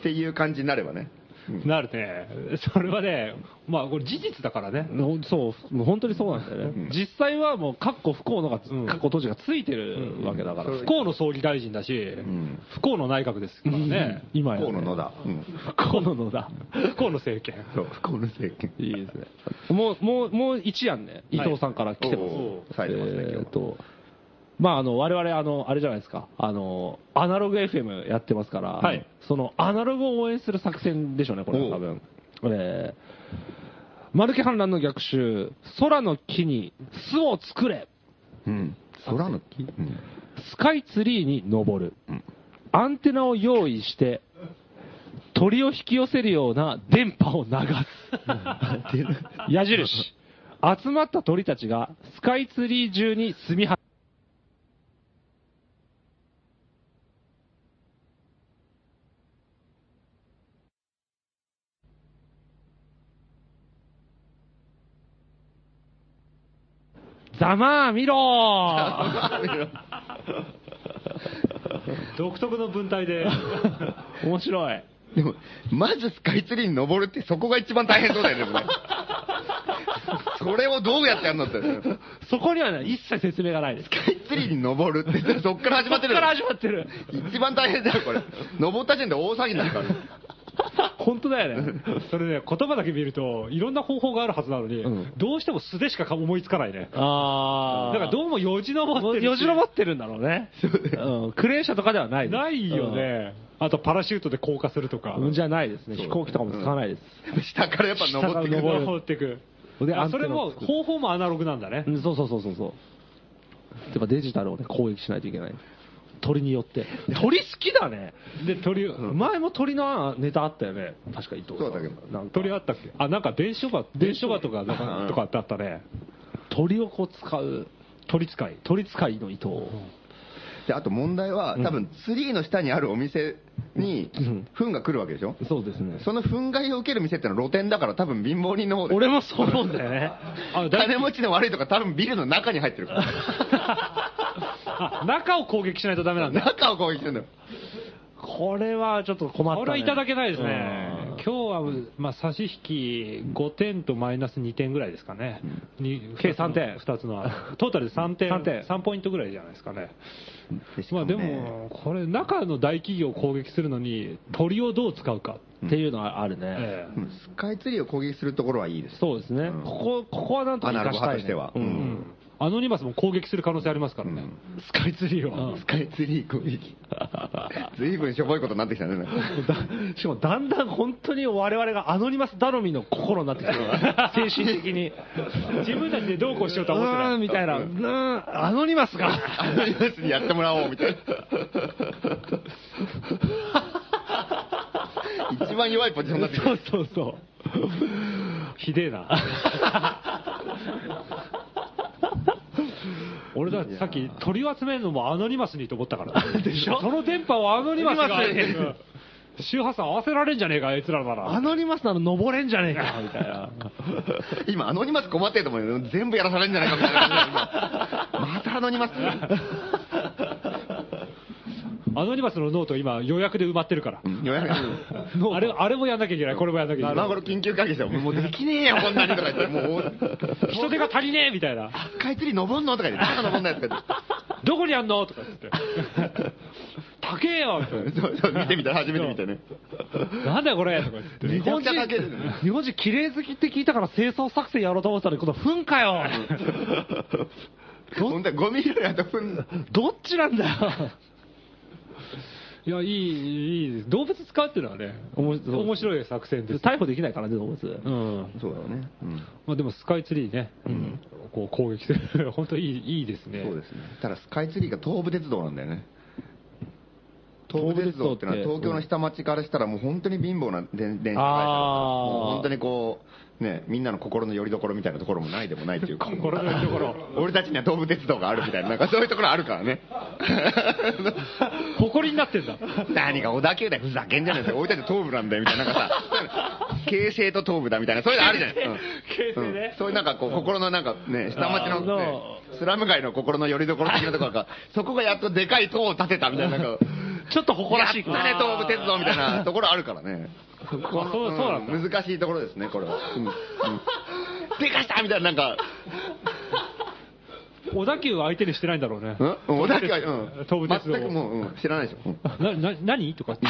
っていう感じになればね。
なるね。それはね、まあこれ事実だからね。
ほんそう、もう本当にそうなんだよね。実際はもう、かっこ不幸のが、かっこ閉じがついてるわけだから。
不幸の総理大臣だし、
ん
不幸の内閣ですからね。
今
不
やね。
幸の野だ。うん
不幸の野だ。
不幸の政権。
そう不幸の政権。
いいですね。もう、もう、もう一案ね、伊藤さんから来てます。
おー冴えてますね
えー
今日
っと、まあ、あの、我々、あの、あれじゃないですか、あの、アナログ FM やってますから、
はい
その、アナログを応援する作戦でしょうね、これ
おう
は多分。えーマルケ反乱の逆襲、空の木に巣を作れ、
うん。空の木うん
スカイツリーに登る
ん、
アンテナを用意して、鳥を引き寄せるような電波を流
<laughs>
す。矢印。集まった鳥たちがスカイツリー中に住みは、ざまあ見ろー <laughs>
独特の文体 <laughs> で。
面白い。
でも、まずスカイツリーに登るって、そこが一番大変そうだよね、でもねそれをどうやってやるのって。ス
そこにはね、一切説明がないです。
カイツリーに登るって、そっから始まってる
そっから始まってる。
一番大変だよ、これ。登った時点で大騒ぎになるから。
本当だよね。
それね、言葉だけ見ると、いろんな方法があるはずなのに、
うん
どうしても素でしか思いつかないね。
あ
だ
だから
か
らど
どうもよじ登っ
う
てるし
よじ登ってるんだろうね。うん。クレーン車とかではないです
ないよ。ね。あとパラシュートで降下するとか。
うんじゃないですね。飛行機とかも使わないです。
下からやっぱ登ってく
下から
る。
登っていく。
で
あ
アン
そ
テ
れ
ナ
も
を作る
方法もアナログなんだね
う。ん、そうそうそうそうそう。やっぱデジタルをね、攻撃しないといけない。鳥によって。鳥好きだね。
で、鳥、
前も鳥のネタあったよね。確か伊藤さん。
そうだけど
なんか
鳥あったっけあ、なんか電書バ、電書バとか、なんか、とかってあったね。
鳥をこう使う、
鳥使い。
鳥使いの伊藤。
で、あと問題は、多分ツリーの下にあるお店に、糞が来るわけでしょ
そうですね。
その憤慨を受ける店ってのは露店だから多分貧乏人の方で。
俺もそう思うんだよね。
あ、だ
金持ちの悪いとか多分ビルの中に入ってるから。
あ中を攻撃しないとダメなんだ。
中を攻撃してるんだよ。
これはちょっと困った、ね。
これはいただけないですね。日は、まあ、差し引き5点とマイナス2点ぐらいですかね。に
計3点
2
<laughs>
つの、トータルで3点、
3点
3ポイントぐらいじゃないですかね。
しか
まあ
ね
でも、これ、中の大企業を攻撃するのに、鳥をどう使うか。
っていうのはあるね、
ええ
うんスカイツリーを攻撃するところはいいです。
そうですね、
うん
ここここはなんとか
アナログ
生か
派と
し
したて
いね
は。
う
うんん
アノニマスも攻撃する可能性ありますからね、スカイツリーは、
スカイツリー攻撃。ずいぶんしょぼいことになってきた <laughs> ね。
だしかもだんだん本当に我々がアノニマス頼みの心になってきてる
<laughs>
精神的に
自分たちでどうこうしようとは思って
うーん
ない、
みたいな、うーん、アノニマスが、
あのニュースにやってもらおうみたいな。一番弱いポジションになってきた。
そうそう、
ひで
<laughs>
えな、俺だってさっき、鳥を集めるのもアノニマスにと思ったから、でしょその電波をアノニマスが、周波数合わせられんじゃねえか、あいつらな
ア
ら、
ノニマスなの登れんじゃねえ
<laughs>
かみたいな、
今、アノニマス困ってると思うよ。全部やらされるんじゃないかみたいな感じで今またアノニマス。
アノニマスのノート、今、予約で埋まってるから、
うん予約
あれあれもやんなきゃいけない、これもやんなきゃいけな
今
い、
頃緊急会議してももうできねえよ、こんなにとか言って。もう、
人手が足りねえみたいな、
スカイツリー登んのとか言って、なんか登んないとか
どこにあんのとか
<laughs>
言って、高えよみたい
言って。そうそう、見てみた、初めて見た <laughs> ね。
な、なんだよこれとか言って。
めちゃくちゃ高いですね
日本人綺麗好きって聞いたから清掃作戦やろうと思ってたのに、この噴火
<laughs>
よ、
<laughs> ほんとゴミ拾いやと踏んだ。
どっちなんだよ。
いや、いい、いいです。動物使うっていうのはね、
面白い
面白い作戦です。
<laughs> 逮捕できないからね、動物。
うん。
そうだよね。うん
まあでも、スカイツリーね、こう攻撃する。 <laughs> 本当いい、いいですね。
そうですね。ただスカイツリーが東武鉄道なんだよね。東武鉄道っての
東武
は東
鉄道って
京の下町からしたらもう本当に貧乏な電電車会社だから
あー
もう本当にこう、ね、みんなの心の拠り所みたいなところもないでもないっていうか、
心の拠り所
<laughs> 俺たちには東武鉄道があるみたいな、なんかそういうところあるから <laughs> ね。
誇りに
<laughs>
なってんだ。
何が小田急だよ、ふざけんじゃねえよ、俺たち東武なんだよみたい
<laughs>
な、なんかさ、京成と東武だみたいな、そういうのあるじゃないですか、うんうんそういうなんかこう、心のなんかね、下町の、ね、スラム街の心の拠り所的なところが、そこがやっとでかい塔を建てたみたいな、なんか、
ちょっと誇らしい
やったね、東武鉄道みたいなところあるからね。
あそう、そうなんだ。
うん難しいところですね、これは。うん
<laughs>
うんでかしたみたいな、なんか、
小田急は相手にしてないんだろうね
う。ん小田急は、うん、
東武鉄道
全くもう、うん知らないでしょ。うん
な、な、
<laughs>
何とかって。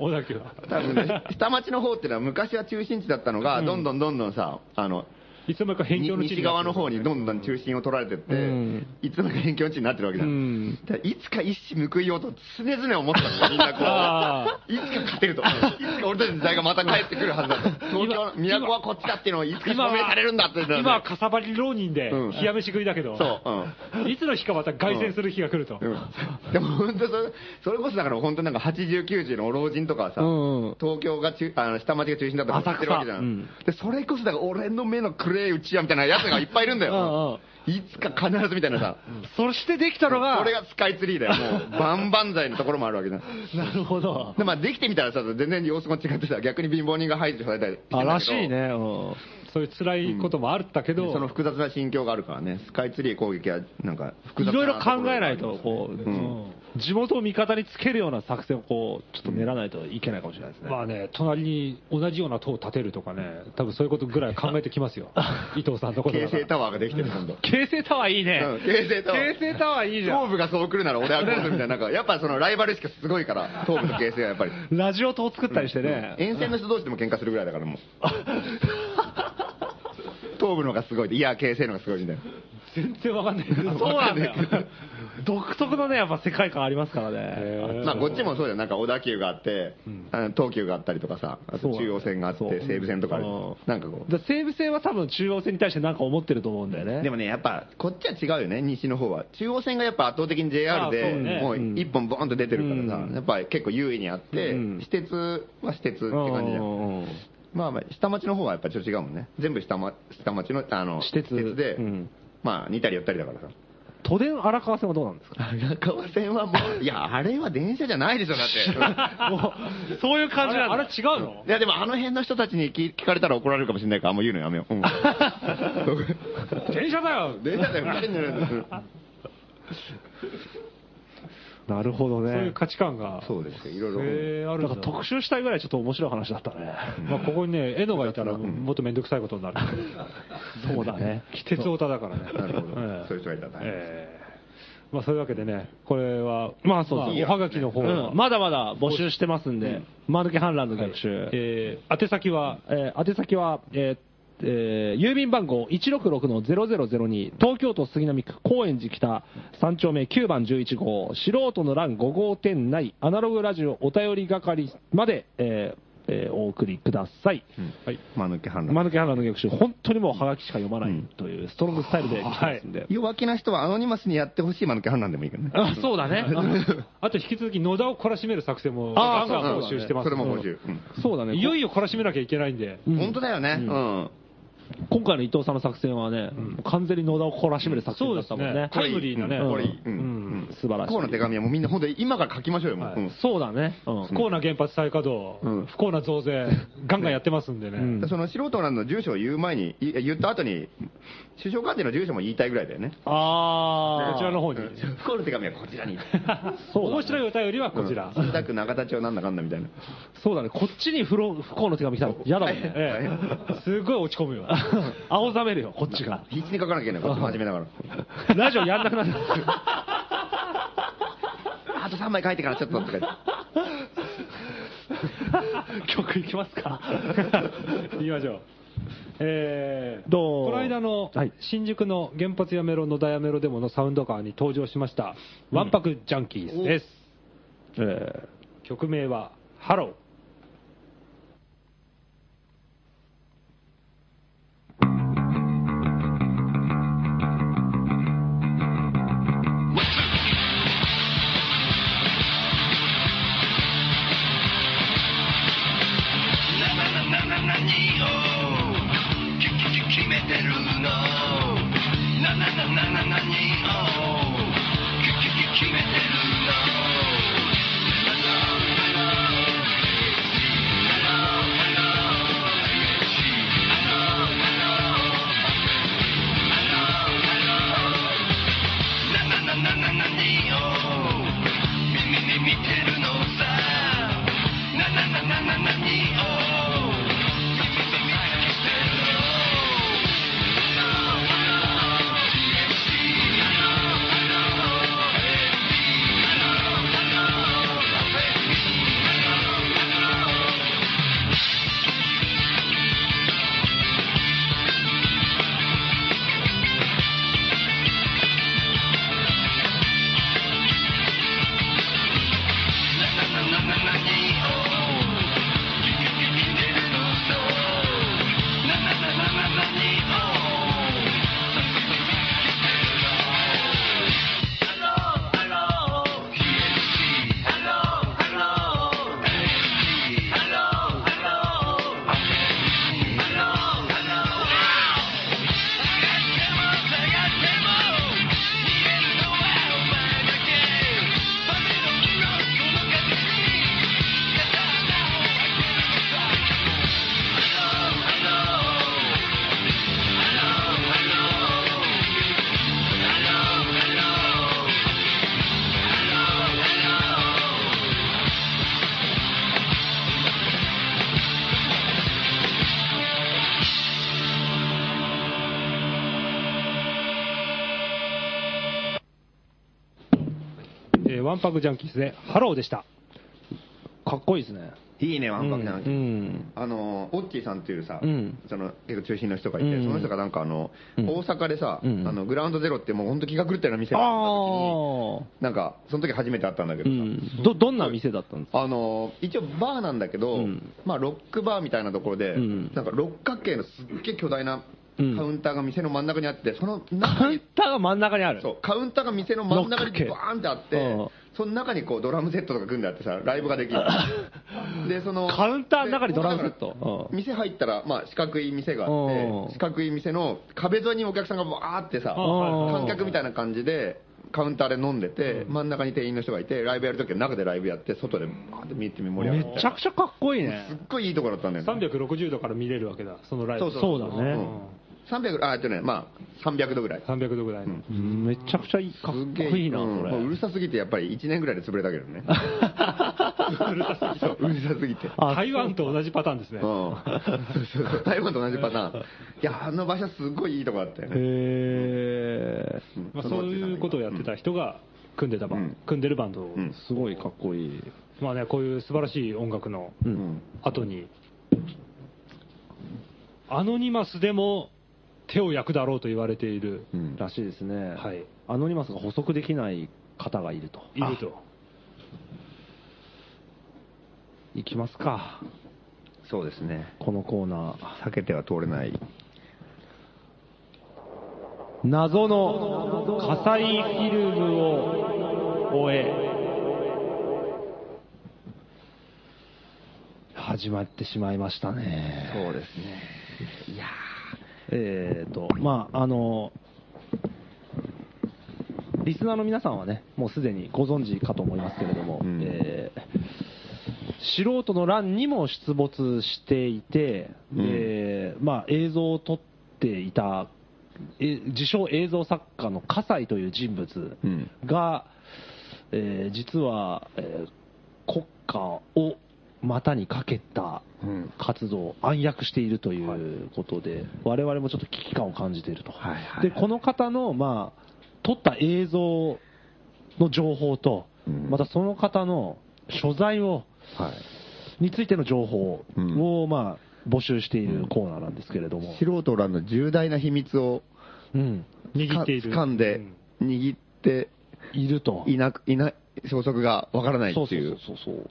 小田急は。
多
<laughs>
分ね、下町の方ってのは昔は中心地だったのが、どんどんどんどんさ、あの、
いつの間にか辺境の地
西側の方にどんどん中心を取られてって、いつの間にか辺境の地になってるわけじゃん、だからいつか一矢報いようと常々思ってたんだよみんな
<laughs> あ
こういつか勝てるといつか俺たちの時代がまた帰ってくるはず
<laughs>
だと東京の都はこっちだっていうのを <laughs> いつか証
今
明されるんだって言って
は、
たん
今
だ
は
よ
かさばり浪人で
うん、
冷や飯食いだけど、
そう、う
<laughs>
ん
いつの日かまた凱旋する日が来ると。
うんでも本当それ、それこそだから本当なんか80、90の老人とかはさ、
うんうん
東京が中あの下町が中心だったとか知ってるわけじゃん、
浅
でそれこそだから俺の目の暗いうちやみたいなやつがいっぱいいるんだよ、いつか必ずみたいなさ、
そしてできたのが、
これがスカイツリーだよ、もう、万々歳のところもあるわけじゃん。
なるほど。
でまあ、できてみたらさ、全然様子も違ってさ、逆に貧乏人が排除されたりしてんだけど
あらしいね。うん
そういう辛いこともあったけど、
その複雑な心境があるからね、スカイツリー攻撃はなんか複
い
雑な
ろいろ
ところ
考えないと、こう、
ん
地元を味方につけるような作戦をこう、ちょっと練らないといけないかもしれないですね。
まあね、隣に同じような塔を建てるとかね、多分そういうことぐらい考えてき
<laughs>
ますよ、伊藤さんのこと
京
だか
成タ
ら。
ワーができてる、今度。
京成タワーいいね
うん京成タワー。
京成タワーいいじゃん。
東部がそう来るなら俺はこうするみたいな、なんか、やっぱそのライバル意識がすごいから、東部と形成はやっぱり。
ラジオ塔作ったりしてね。
沿線の人同士でも喧嘩するぐらい
<laughs>
だからもう。東部の方がすごいで、いや、形成の方がすごいみたいな。
全然わかんない。
そうなんだよ。 <laughs> 独特のね、やっぱ世界観ありますからね。
まあこっちもそうじゃん、なんか小田急があって、あの東急があったりとかさ、あと中央線があって
そう、
西武線とかある
うん。
なんかこう。
だから西武線は多分中央線に対して何か思ってると思うんだよね。
でもね、やっぱこっちは違うよね、西の方は。中央線がやっぱ圧倒的に JR
あそう
で
ね、
もう一本ボーンと出てるからさ、やっぱり結構優位にあって
うん、
私鉄は私鉄って
うん
感じじゃん。
うんうん
まあまあ、下町の方はやっぱちょっと違うもんね。全部下,、ま、下町の、あの、
私鉄
で、
うん
まあ、似たり寄ったりだからさ。
都電荒川線はどうなんですか
荒川線はも <laughs> う、いや、あれは電車じゃないでしょ、だ <laughs> って。
そういう感じなんだ。
あれあれ違うの
いや、でもあの辺の人たちに聞聞かれたら怒られるかもしれないから、あんま言うのやめ <laughs> よう。うん
電車だよ
電車だよ、ふざけんじゃないんだよ
なるほど
そういう
ね。
価値観が、
そうですよ、いろいろ。
えーある
なんんか
だ。
特集したいぐらいちょっと面白い話だったね。
まあここにね、エノがいたらもっとめんどくさいこと
<laughs>
になる。
そうだね。
気鉄オタだからね。
なるほど
ええ。
そういう人がいたら。
ええまあそういうわけでね、これは、まあそう
そう
おはがきの方
う
は
ん、まだまだ募集してますんで、マヌケ反乱の逆襲。
えー宛先は、
えー宛先は、えーえー郵便番号166-0002東京都杉並区高円寺北3丁目9番11号素人の欄5号店内アナログラジオお便り係まで、えーえーお送りください、
はい。間抜け判断。
マヌケ反乱の逆襲本当にもうハガキしか読まないというストロングスタイルで来てますんで、
弱気な人はアノニマスにやってほしい間抜け判断でもいいけどね。
<laughs> あそうだね
あと引き続き野田を懲らしめる作戦も
あ
ガ
ー
ンガン募集してます
それも募集。
そうだね
いよいよ懲らしめなきゃいけないんで、
うん本当だよね。うん。
今回の伊藤さんの作戦はね、完全に野田を懲らしめる作戦だったもんね,、
タイムリーなね
うんこれいい。う
うん
ん。
素晴らしい
こうの手紙はもうみんな本当に今から書きましょうよ、もう
は。い
うん
そうだね、うん
不幸な原発再稼働、
うん
不幸な増税、ガンガンやってますんでね。
ん
その素人なんの住所を言う前に、い言った後に、首相官邸の住所も言いたいぐらいだよ <laughs> ね。
ああ
こちらの方に。
不幸の手紙はこちらに。
そうだね
面白いお便りはこちら。
うん冷たく中田町なんだかんだみたいな。
そうだね、こっちに不老不幸の手紙来たら嫌だもんね。え
ええ、すごい落ち込むよ。
え青ざめるよ、こっちが。
必死に書かなきゃ
<laughs>
いけない、こっち真面目だから。
ラジオやんなくなる。
あと3枚書いてからちょっととか言って。
曲いきますか。
<laughs> 行きましょう。えー、
どう
この間の
はい
新宿の原発やめろ、野田やめろデモのサウンドカーに登場しました、わんぱくジャンキーズです。
<laughs> え
曲名は、ハロー。えー、ワンパクジャンキーズで、ハローでした。
ーかっこいいですね。
いいね、わんぱくな
う。ん。
あのオッキーさんっていうさ、
うん
その結構中心の人がいて、
うん
その人がなんかあの、
うん
大阪でさ、
うん
あのグラウンドゼロってもう本当気が狂ったような店
あ
が
あ
あった時になんかその時初めて会ったんだけ
ー。う
どさ、
ん。ど、どんな店だったんですか
あの一応バーなんだけど、
うん
まあ、ロックバーみたいなところで、
うん
なんか六角形のすっげえ巨大なカ
う
ウ
ん
ンターが店の真ん中にあってその
カ
中
ウ
に
ンターが真ん中にある。
そうカウンターが店の真ん中に
六角形
バーンってあって、
うん
その中にこうドラムセットとか組んであってさ、ライブが
<laughs>
できるでその
カウンターの中に
で
ドラムセットうん
店入ったら、まあ、四角い店があっ
うん
て、四角い店の壁沿いにお客さんがバーってさ、
うん
観客みたいな感じで、カウンターで飲んでて、真ん中に店員の人がいて、ライブやるときは中でライブやって、外でバーって見て盛り上がって、
めちゃくちゃかっこいいね
すっ。ごいいいところだったんだよね。
360度から見れるわけだ、そのライブ。
そうそうそう
そうだね
ん300、あ、えっとね、まあ、300度ぐらい。
300度ぐらいの。
うんめちゃくちゃいいかっ
す
こ
げえ
いいな、
うん
そ
もうう
れ。
るさすぎて、やっぱり1年ぐらいで潰れたけどね。そううるさすぎて。
台湾と同じパターンですね。
うん、台湾と同じパターン。いや、あの場所すごいいいとこだったよね。
へえ
ん
まあ、そういうことをやってた人が組んでたバン、
うん
組んでるバンドを、
うん
すごいかっこいい。
まあね、こういう素晴らしい音楽の
うん
後に、アノニマスでも手を焼くだろうと言われている、
うん
らしいですね。
はい
アノニマスが補足できない方がいると。
いると。
いきますか。
そうですね。
このコーナ
避けては通れない。
ー。謎の火災フィルムを終え。始まってしまいましたね。
そうですね。いや
えーと、まあ、あの、リスナーの皆さんはね、もうすでにご存知かと思いますけれども、
うん
えー素人の欄にも出没していて、
うん
えーまあ、映像を撮っていた、え自称映像作家の葛西という人物
うん
が、えー実は、えー国家を股にかけた
うん
活動を暗躍しているということで、我々もちょっと危機感を感じていると、
はいはいはい
でこの方の、まあ、撮った映像の情報と、
うん
またその方の所在を
はい。
についての情報を、まあ、募集しているコーナーなんですけれども、
素人らの重大な秘密を
うん、
握っている
か掴んで
うん、
握って
いると、
いなく、いない、消息がわからない
そう
って
そう
い
そう
う。
そうそう。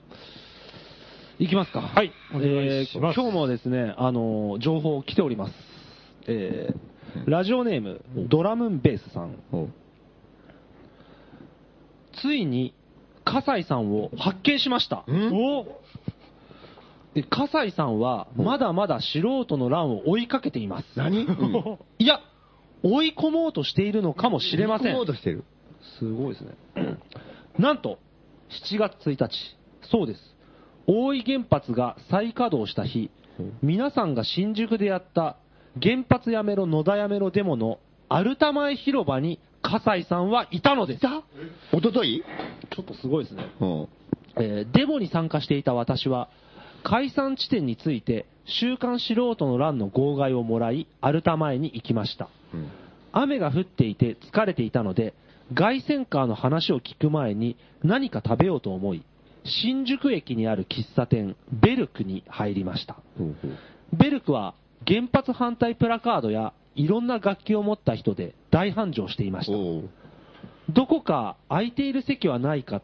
いきますか。はい
お願いします
今日もですね、あのー情報来ております。えーラジオネーム、ドラムンベースさん。
お
ついに、葛西さんを発見しました。
ん
おで葛西さんは、まだまだ素人の乱を追いかけています。
何うん
いや、追い込もうとしているのかもしれません
モー。ドしてる。
すごいですね。 <clears throat> なんと、7月1日、そうです。大井原発が再稼働した日、皆さんが新宿でやった原発やめろ野田やめろデモのアルタ前広場に葛西さんはいたのです。ちょ
おととい
っとすごいですね。
うん。
えーデモに参加していた私は、解散地点について、週刊素人の欄の号外をもらい、アルタ前に行きました。
うん
雨が降っていて疲れていたので、凱旋カーの話を聞く前に何か食べようと思い、新宿駅にある喫茶店、ベルクに入りました。ベルクは原発反対プラカードやいろんな楽器を持った人で大繁盛していました。
おう
どこか空いている席はないか、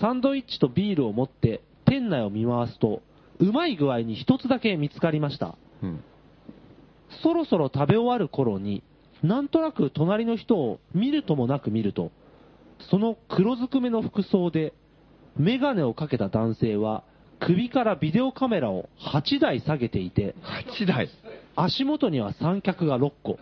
サンドイッチとビールを持って店内を見回すと、うまい具合に一つだけ見つかりました。
うん
そろそろ食べ終わる頃に、なんとなく隣の人を見るともなく見ると、その黒ずくめの服装で、メガネをかけた男性は、首からビデオカメラを8台下げていて、
8台。
足元には三脚が6個、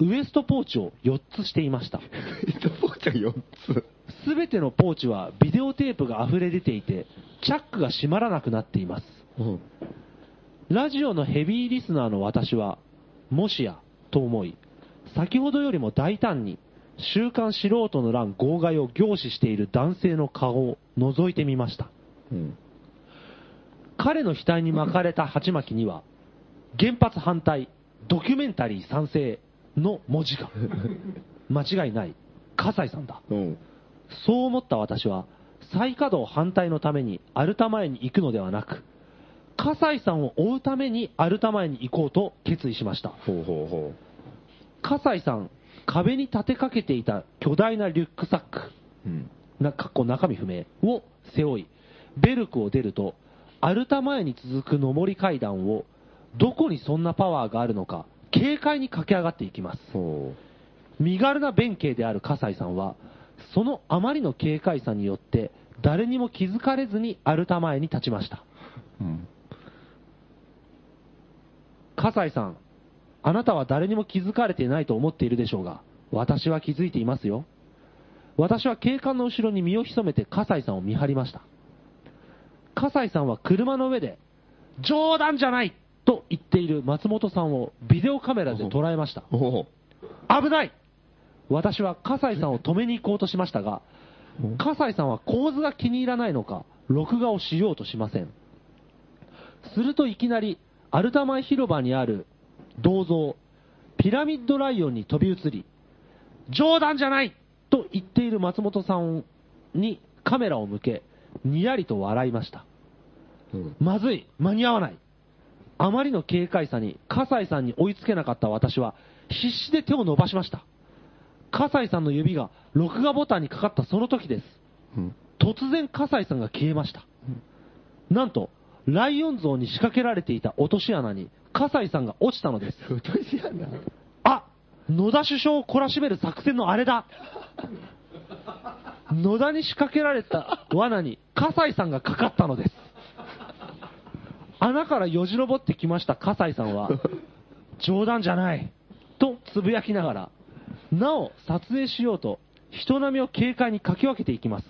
ウエストポーチを4つしていました。
えっと、ポーちゃん4つ。
すべてのポーチはビデオテープが溢れ出ていて、チャックが閉まらなくなっています。
うん。
ラジオのヘビーリスナーの私は、もしや、と思い、先ほどよりも大胆に、週刊素人の欄号外を凝視している男性の顔を覗いてみました。
うん。
彼の額に巻かれた鉢巻きには、原発反対、ドキュメンタリー賛成の文字が。 <laughs> 間違いない。葛西さんだ。
うん。
そう思った私は、再稼働反対のためにアルタ前に行くのではなく、葛西さんを追うためにアルタ前に行こうと決意しました。
ほうほうほ
葛西さん、壁に立てかけていた巨大なリュックサック、
う。うん。
なかっこ中身不明を背負い、ベルクを出ると、アルタ前に続く上り階段を、どこにそんなパワーがあるのか、軽快に駆け上がっていきます。
ほ
身軽な弁慶である葛西さんは、そのあまりの軽快さによって、誰にも気づかれずにアルタ前に立ちました。
う。うん。
葛西さん、あなたは誰にも気づかれていないと思っているでしょうが、私は気づいていますよ。私は警官の後ろに身を潜めて葛西さんを見張りました。葛西さんは車の上で、冗談じゃないと言っている松本さんをビデオカメラで捉えました。
おう
危ない私は葛西さんを止めに行こうとしましたが、葛西さんは構図が気に入らないのか、録画をしようとしません。するといきなり、アルタ前広場にある銅像、ピラミッドライオンに飛び移り、冗談じゃないと言っている松本さんにカメラを向け、にやりと笑いました。まずい間に合わないあまりの警戒さに、葛西さんに追いつけなかった私は、必死で手を伸ばしました。葛西さんの指が録画ボタンにかかったその時です。突然葛西さんが消えました。なんと、ライオン像に仕掛けられていた落とし穴に、葛西さんが落ちたのです。
落とし穴
あ野田首相を懲らしめる作戦のあれ
<laughs>
だ野田に仕掛けられた罠に葛西さんがかかったのです穴からよじ登ってきました葛西さんは冗談じゃないとつぶやきながらなお撮影しようと人波を軽快にかき分けていきます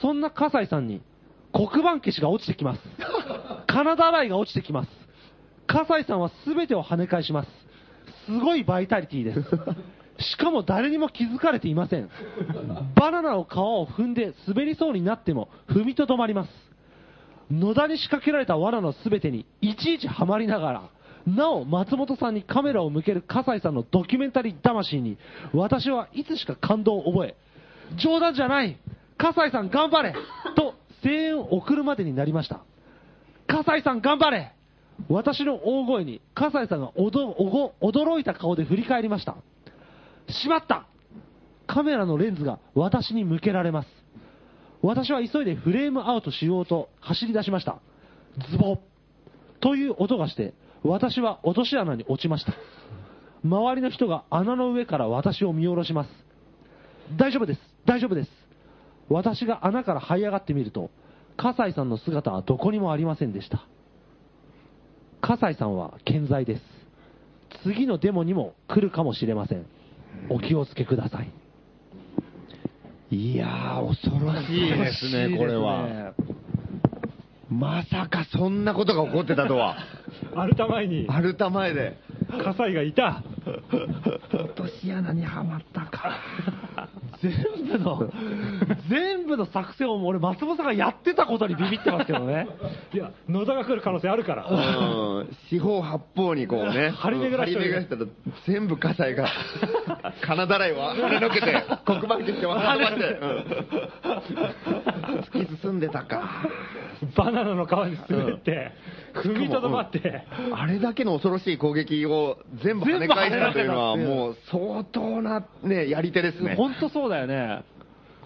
そんな葛西さんに黒板消しが落ちてきます金田洗いが落ちてきます葛西さんは全てを跳ね返しますすごいバイタリティですしかも誰にも気づかれていませんバナナの皮を踏んで滑りそうになっても踏みとどまります野田に仕掛けられた罠の全てにいちいちはまりながらなお松本さんにカメラを向ける葛西さんのドキュメンタリー魂に私はいつしか感動を覚え冗談じゃない葛西さん頑張れと声援を送るまでになりました葛西さん頑張れ私の大声に葛西さんがおどおご驚いた顔で振り返りましたしまったカメラのレンズが私に向けられます私は急いでフレームアウトしようと走り出しましたズボッという音がして私は落とし穴に落ちました周りの人が穴の上から私を見下ろします大丈夫です大丈夫です私が穴から這い上がってみると葛西さんの姿はどこにもありませんでした葛西さんは健在です次のデモにも来るかもしれませんお気をつけください
いやー、恐ろしいですね、これは。
まさかそんなことが起こってたと <laughs> は。
アルタ前に、
アルタ前で。
葛西がいた。
落とし穴にはまったか。
全部の、全部の作戦を俺、松本さんがやってたことにビビってますけどね。
いや、野田が来る可能性あるから。
うん。四方八方にこうね。
張り巡らし
張
といて
り巡らしたら、全部火災が。 <laughs> 金だらいは跳ねのけて、黒板消してわーって。うん突き進んでたか。
バナナの皮に滑って、踏みとどまって、
あれだけの恐ろしい攻撃を全部跳ね返したというのは、もう相当な、ね、やり手です
<laughs>
ね。
本当そうだよね。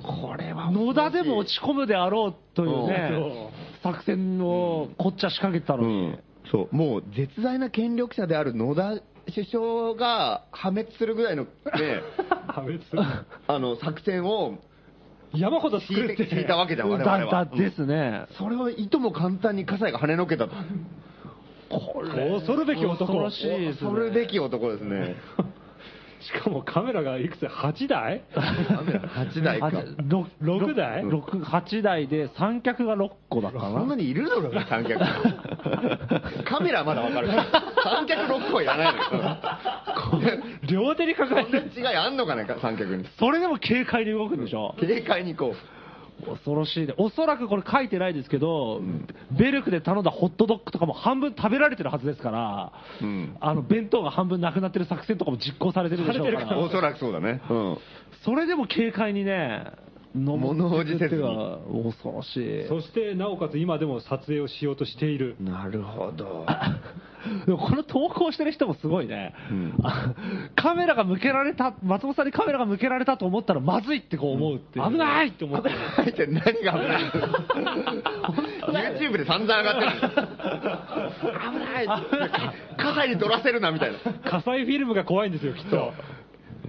これは
野田でも落ち込むであろうという
うん
ね、作戦をこっちは仕掛けてたの
う
に。
ん、そう、もう絶大な権力者である野田首相が破滅するぐ
<laughs>
らいの,、ね、
破滅
あの作戦を
山ほど作
聞い
ってて、
聞いたわけだ、我々
だだ
は。
ですね。
それをいとも簡単に葛西が跳ねのけたと。
こ
恐るべき男
恐ろしいですね
恐るべき男です
<laughs>
ね。
しかもカメラがいくつ ?8 台
8台か。
6台
六八台で三脚が6個だから
そん
な。
なにいるだろうね、 <laughs> 三脚。カメラはまだわかる。三脚6個はいらないのよ。
両手に抱え
こんな
て、
違いあんのかね、三脚に。
それでも軽快に動くんでしょ
警戒にこ
恐ろしいで、おそらくこれ書いてないですけど、ベルクで頼んだホットドッグとかも半分食べられてるはずですから、
うん
あの弁当が半分なくなってる作戦とかも実行されてるでしょうか
されて
う、
ら
お、そらくそうだね。うん。
それでも軽快にね、飲
物おじせずに
恐ろしい。
そしてなおかつ今でも撮影をしようとしている。
なるほど。
でもこの投稿してる人もすごいね、
ん
あ <laughs> カメラが向けられた、松本さんにカメラが向けられたと思ったら、まずいってこう思うっていう、
危ないっ
<laughs>
て思ってる。
入って何が危ない YouTube で散々上がってる危ない傘に取らせるなみたいな
火災フィルムが怖いんですよ、きっと。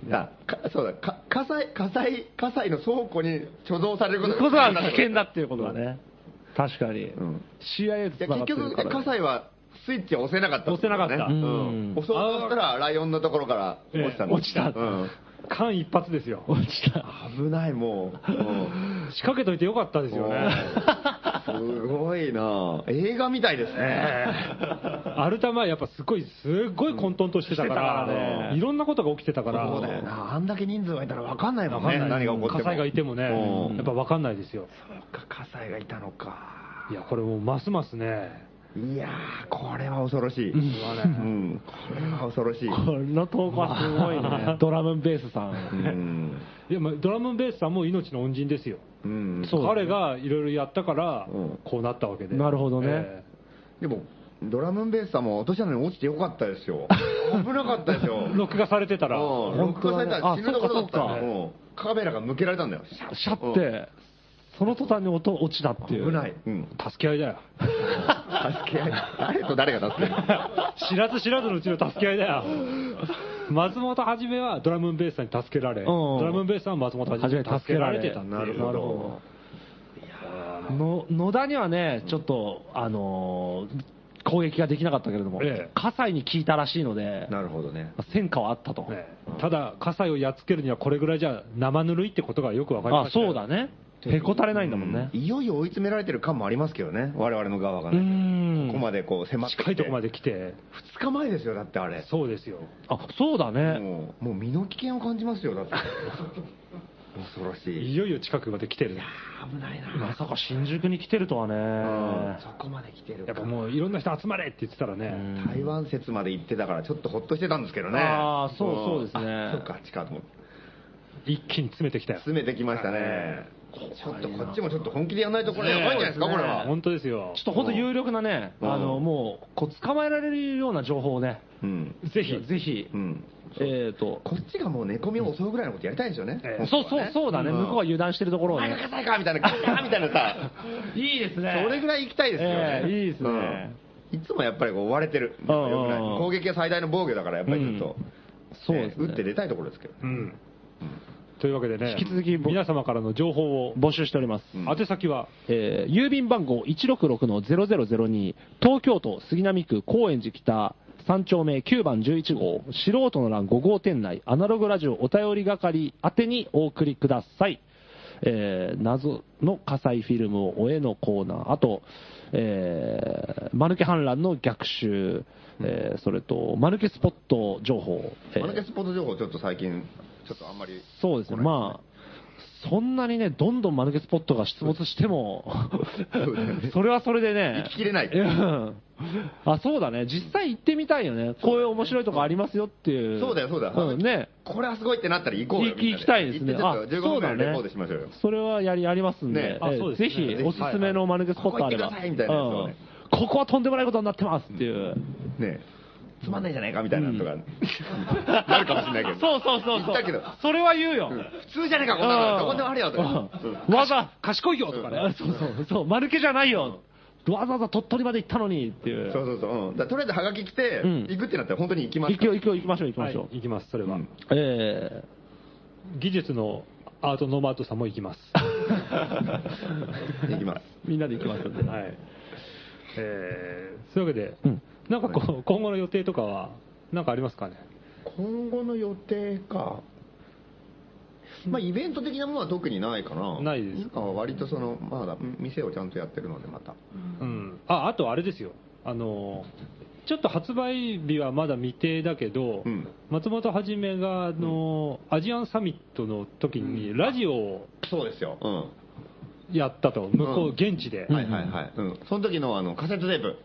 いやかそうだか火災火災火災の倉庫に貯蔵されること
ことは危険だっていうことだね、確かに、
ん
CIA
いや
と
結局火災はスイッチを押せなかったんだよね、
押せなかった
うん
うん
押そうとしたらライオンのところから落ちたん
え
だ
え落ちた
うん
間一髪ですよ。
落ちた、
危ないもう、うん
仕掛けといてよかったですよね。
すごいな映画みたいですね。
アルタ前やっぱすごい、すごい混沌としてたから、
してたからね
いろんなことが起きてたから、
そうだよな。あんだけ人数がいたら分かんないもん
わか
ね。
んない
何が起こっても。
火災がいてもね、
うん
やっぱ分かんないですよ。
そっか火災がいたのか。
いや、これもうますますね、
いやー、これは恐ろしい。うん、これは恐ろしい。
この投稿はすごいね。 <laughs> ドラムベースさん。
うん
いやまあドラムベースさんも命の恩人ですよ。
うん
彼がいろいろやったから
うん、
こうなったわけで。
なるほどね
え
でも、ドラムンベースさんも落とし穴に落ちてよかったですよ。危なかったですよ。
<laughs>
え録画されてたら、
うん録画されたら死ぬところだった
あそっかそっか
うんカメラが向けられた
<laughs>
んだよ。シャッ
シャって、その途端に音落ちたっていう。
危ない。うん。
助け合いだよ。
助け合い。誰と誰が助け合い
知らず知らずのうちの助け合いだよ。
<laughs>
松本はじめはドラムンベースさんに助けられ、ドラムンベースさんは松本はじめに助けられてたっていう
なるほど。
の野田にはね、ちょっと、あのー攻撃ができなかったけれども、
ええ
葛西に効いたらしいの <laughs> で、
なるほどね。
戦果はあったと、
ねただ、葛西をやっつけるにはこれぐらいじゃ生ぬるいってことがよくわかりま
あ
したよ
そうだね、へこたれないんだもんね、
いよいよ追い詰められてる感もありますけどね。我々の側が
う
ね。
ん
ここまでこう迫ってきて。
近いとこま
で。
で来て、
2日前ですよ、だってあれ。
そうですよ。
あそうだね、
もう、もう身の危険を感じます
<laughs>
よ、だって。恐ろしい。
いよいよ近くまで来てる。
危ないな。
まさか新宿に来てるとはね、
そこまで来てる
やっぱもういろんな人集まれって言ってたら
う
ね、
ん
台湾説まで行ってたから、ちょっとほっとしてたんですけどね。
あーそうんそうですね
あそうか、近くも。
一気に詰めてきたよ。
詰めてきましたね。ちょっとこっちもちょっと本気でやんないとこれやばいんじゃないですか、これは。
本当ですよ
ちょ。っと本当、有力なね、
うん
あのもうこう捕まえられるような情報をね、
うん。
ぜひ、
ぜひ、
うん。
えー、と
こっちがもう寝込みを襲うぐらいのことやりたいんですよね。
ええ
そうそう、そうだね、
うん
向こうが油断してるところを
お前
ね
が、硬いかみたい
<laughs>
な、硬いかみたいなさ。
いいですね
それぐらい行きたいですよね。
ええいいですね
うん。いつもやっぱりこう追われてる。
うんうんうん
よくない攻撃が最大の防御だから、やっぱりずっと。
そうですね
ええ打って出たいところですけど。
うん。というわけでね、
引き続き僕
皆様からの情報を、
募集しております。
うん
宛先は、
えー郵便番号166-0002東京都杉並区高円寺北3丁目9番11号素人の欄5号店内アナログラジオお便り係宛てにお送りください、えー謎の火災フィルムを追えのコーナーあと、えー、マヌケ反乱の逆襲、えーそれとマヌケスポット情報、えー
マヌケスポット情報、ちょっと最近、ちょっとあんまり。
そうですね、まあ、そんなにね、どんどんマヌケスポットが出没しても、それはそれでね
行き、きれない。
うんあそうだね、実際行ってみたいよね、こういう面白いとこありますよっていう、
そうだよ、そうだよ。
んね、
これはすごいってなったら行こうよ。
行
みんな
行きたいですね、
行ってちょっと15分ぐらいレポートしましょうよ。
それはやりやりますんで、
ね
ええ
あそうです
ぜ
ね
ひおすすめのマヌケスポットあれば、
はいはいここ行ってくださいみたいなやつをね
うんここはとんでもないことになってますっていう、
ねつまんないじゃないかみたいなのとか、なるかもしれないけ
<laughs>
ど。
そうそうそう
行
そ
ったけど
う、それは言うよ。
普通じゃねえか、こんなの。どこでもあるよ、とか。
うんわざ
賢いよとかね。
あそうそう、そう、丸けじゃないよ、わざわざ鳥取まで行ったのにっていう、
そうそうそう。うん、だからとりあえずハガキ来て、
うん
行くってなったら本当に行きます
行
か
きよ
ら。
行きよ行きましょう、行き
は
ま
い
しょう、、
行きます、それは。
うん
え
技術のアートノーマートさんも行
<laughs>
きます。
行きます。
ー、みんなで行きましょう、
はい。えー、そういうわけで、
うん
なんかこう、今後の予定とかは、なんかありますかね。
今後の予定か。まあ、イベント的なものは特にないかな。
ないです
今は割とその、まだ店をちゃんとやってるので、また。
うん。あ、あとあれですよ。あの、ちょっと発売日はまだ未定だけど、
うん
松本はじめが、あの、アジアンサミットの時に、ラジオを
そうですよ。うん。
やったと、向こう、現地で。
はいはいはい。うん。その時のあの、カセットテープ。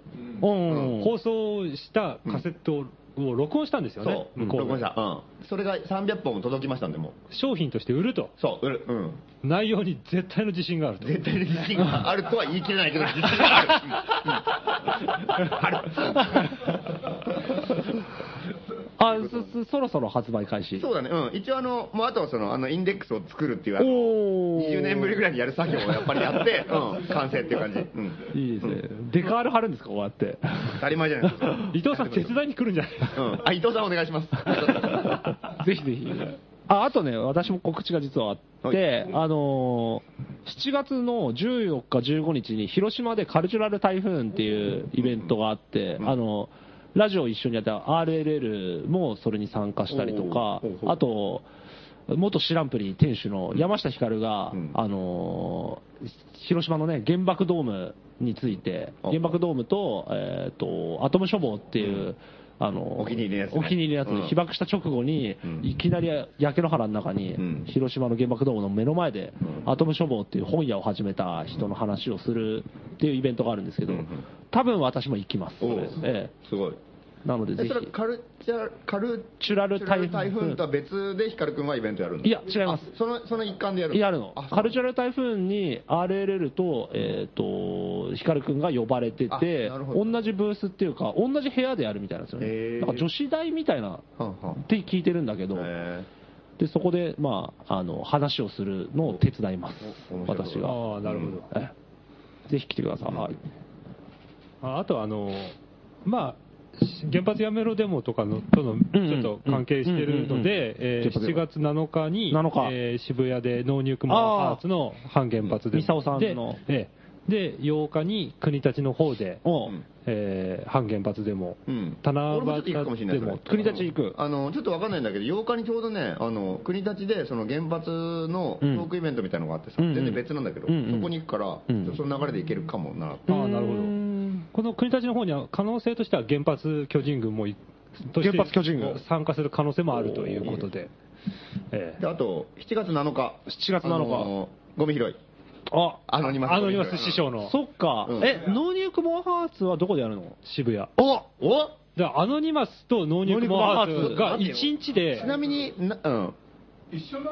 うん、
放送したカセットを録音したんですよね
そ、う。
向こ
録
う
音し
で
た。うん。それが300本も届きましたんで、も
商品として売ると
う。、そう、売る。うん。
内容に絶対の自信があると。
絶対に自信があるとは言い切れ
<laughs>
ないけど、自信がある。うんうんあ
あそそそろそろ発売開始
る。そうだね。うん。一応あの、もうあとはその、あの、インデックスを作るっていう、あの
おお
20年ぶりぐらいにやる作業をやっぱりやって、うん、完成っていう感じ。うん。
いいですね、デカール貼るんですかこうやって
当たり前じゃないですか。
伊藤さん、手伝いに来るんじゃないです
う
か。
ん。あ、伊藤さんお願い
<laughs>
します。
ぜひぜひ。ああとね、私も告知が実はあって、あのー7月の14日、15日に広島でカルチュラル台風っていうイベントがあって、あのーラジオ一緒にやった RLL もそれに参加したりとか
おうおうおう、
あと、元シランプリ店主の山下ひかるが、
うん
あのー広島のね、原爆ドームについて、
あ
原爆ドームと、えっ、と、アトム処方っていう、あのー
お気に入りのやつね
お気に入りのやつ
うん
被爆した直後に、
うん
いきなり焼け野原の中に、
うん
広島の原爆ドームの目の前で、
うん
アトム処方っていう本屋を始めた人の話をするっていうイベントがあるんですけど、
うんうん
多分私も行きます、それ
おう
え
すごい。
えなのでぜ
えそれ
ひ。
カルチャーカル
チュラル
チュラル
台
台
風
風とは別で光くんはイベントやるんだ
いや違います
あそのその一環でやる
やるの
あそう
カルチュラル台風に RLL と,、えー、と光くんが呼ばれて
あ
て
なるほど
同じブースっていうか同じ部屋でやるみたいなんですよ
へ
ね
ー
なんか女子大みたいな
はんはん
って聞いてるんだけど
へ
でそこで、まあ、あの話をするのを手伝います
お面白い
私が
ああ、なるほど。
ええぜひ来てください、はい
ああとあの、まあ、原発やめろデモとかのとの
うん
ちょっと関係してるので、えー
原発
7月7日に
7日
えー渋谷でノーニュークマンハーツの反原発で
ミサオさんの
ででで8日に国立の方で、
おう
うん
えー反原発デモ、
うん
七
俺もちょっと行くかもし
夕
れない
デ
それ
モ、
国立行く
あのちょっとわかんないんだけど8日にちょうどねあの国立でその原発のト
うん
ークイベントみたいなのがあってさ、
うんうん
全然別なんだけど、
うんうん
そこに行くから、
うん
ちょっとその流れで行けるかもな、
ああなるほどこの国立の方には可能性としては原発巨人軍もいとして
原発巨人軍
参加する可能性もあるということで、ええ
であと7月7日
7月7日
あのゴミ拾い
あ
アノニマス
あの今寿司ショーの
そっか、
うん
えノーニュークモアハーツはどこでやるの
渋谷
お
だ
お
からアノニマスとノーニュークマンハーツが
ノーニュークマンハーツ
1日で
ち、なみになうん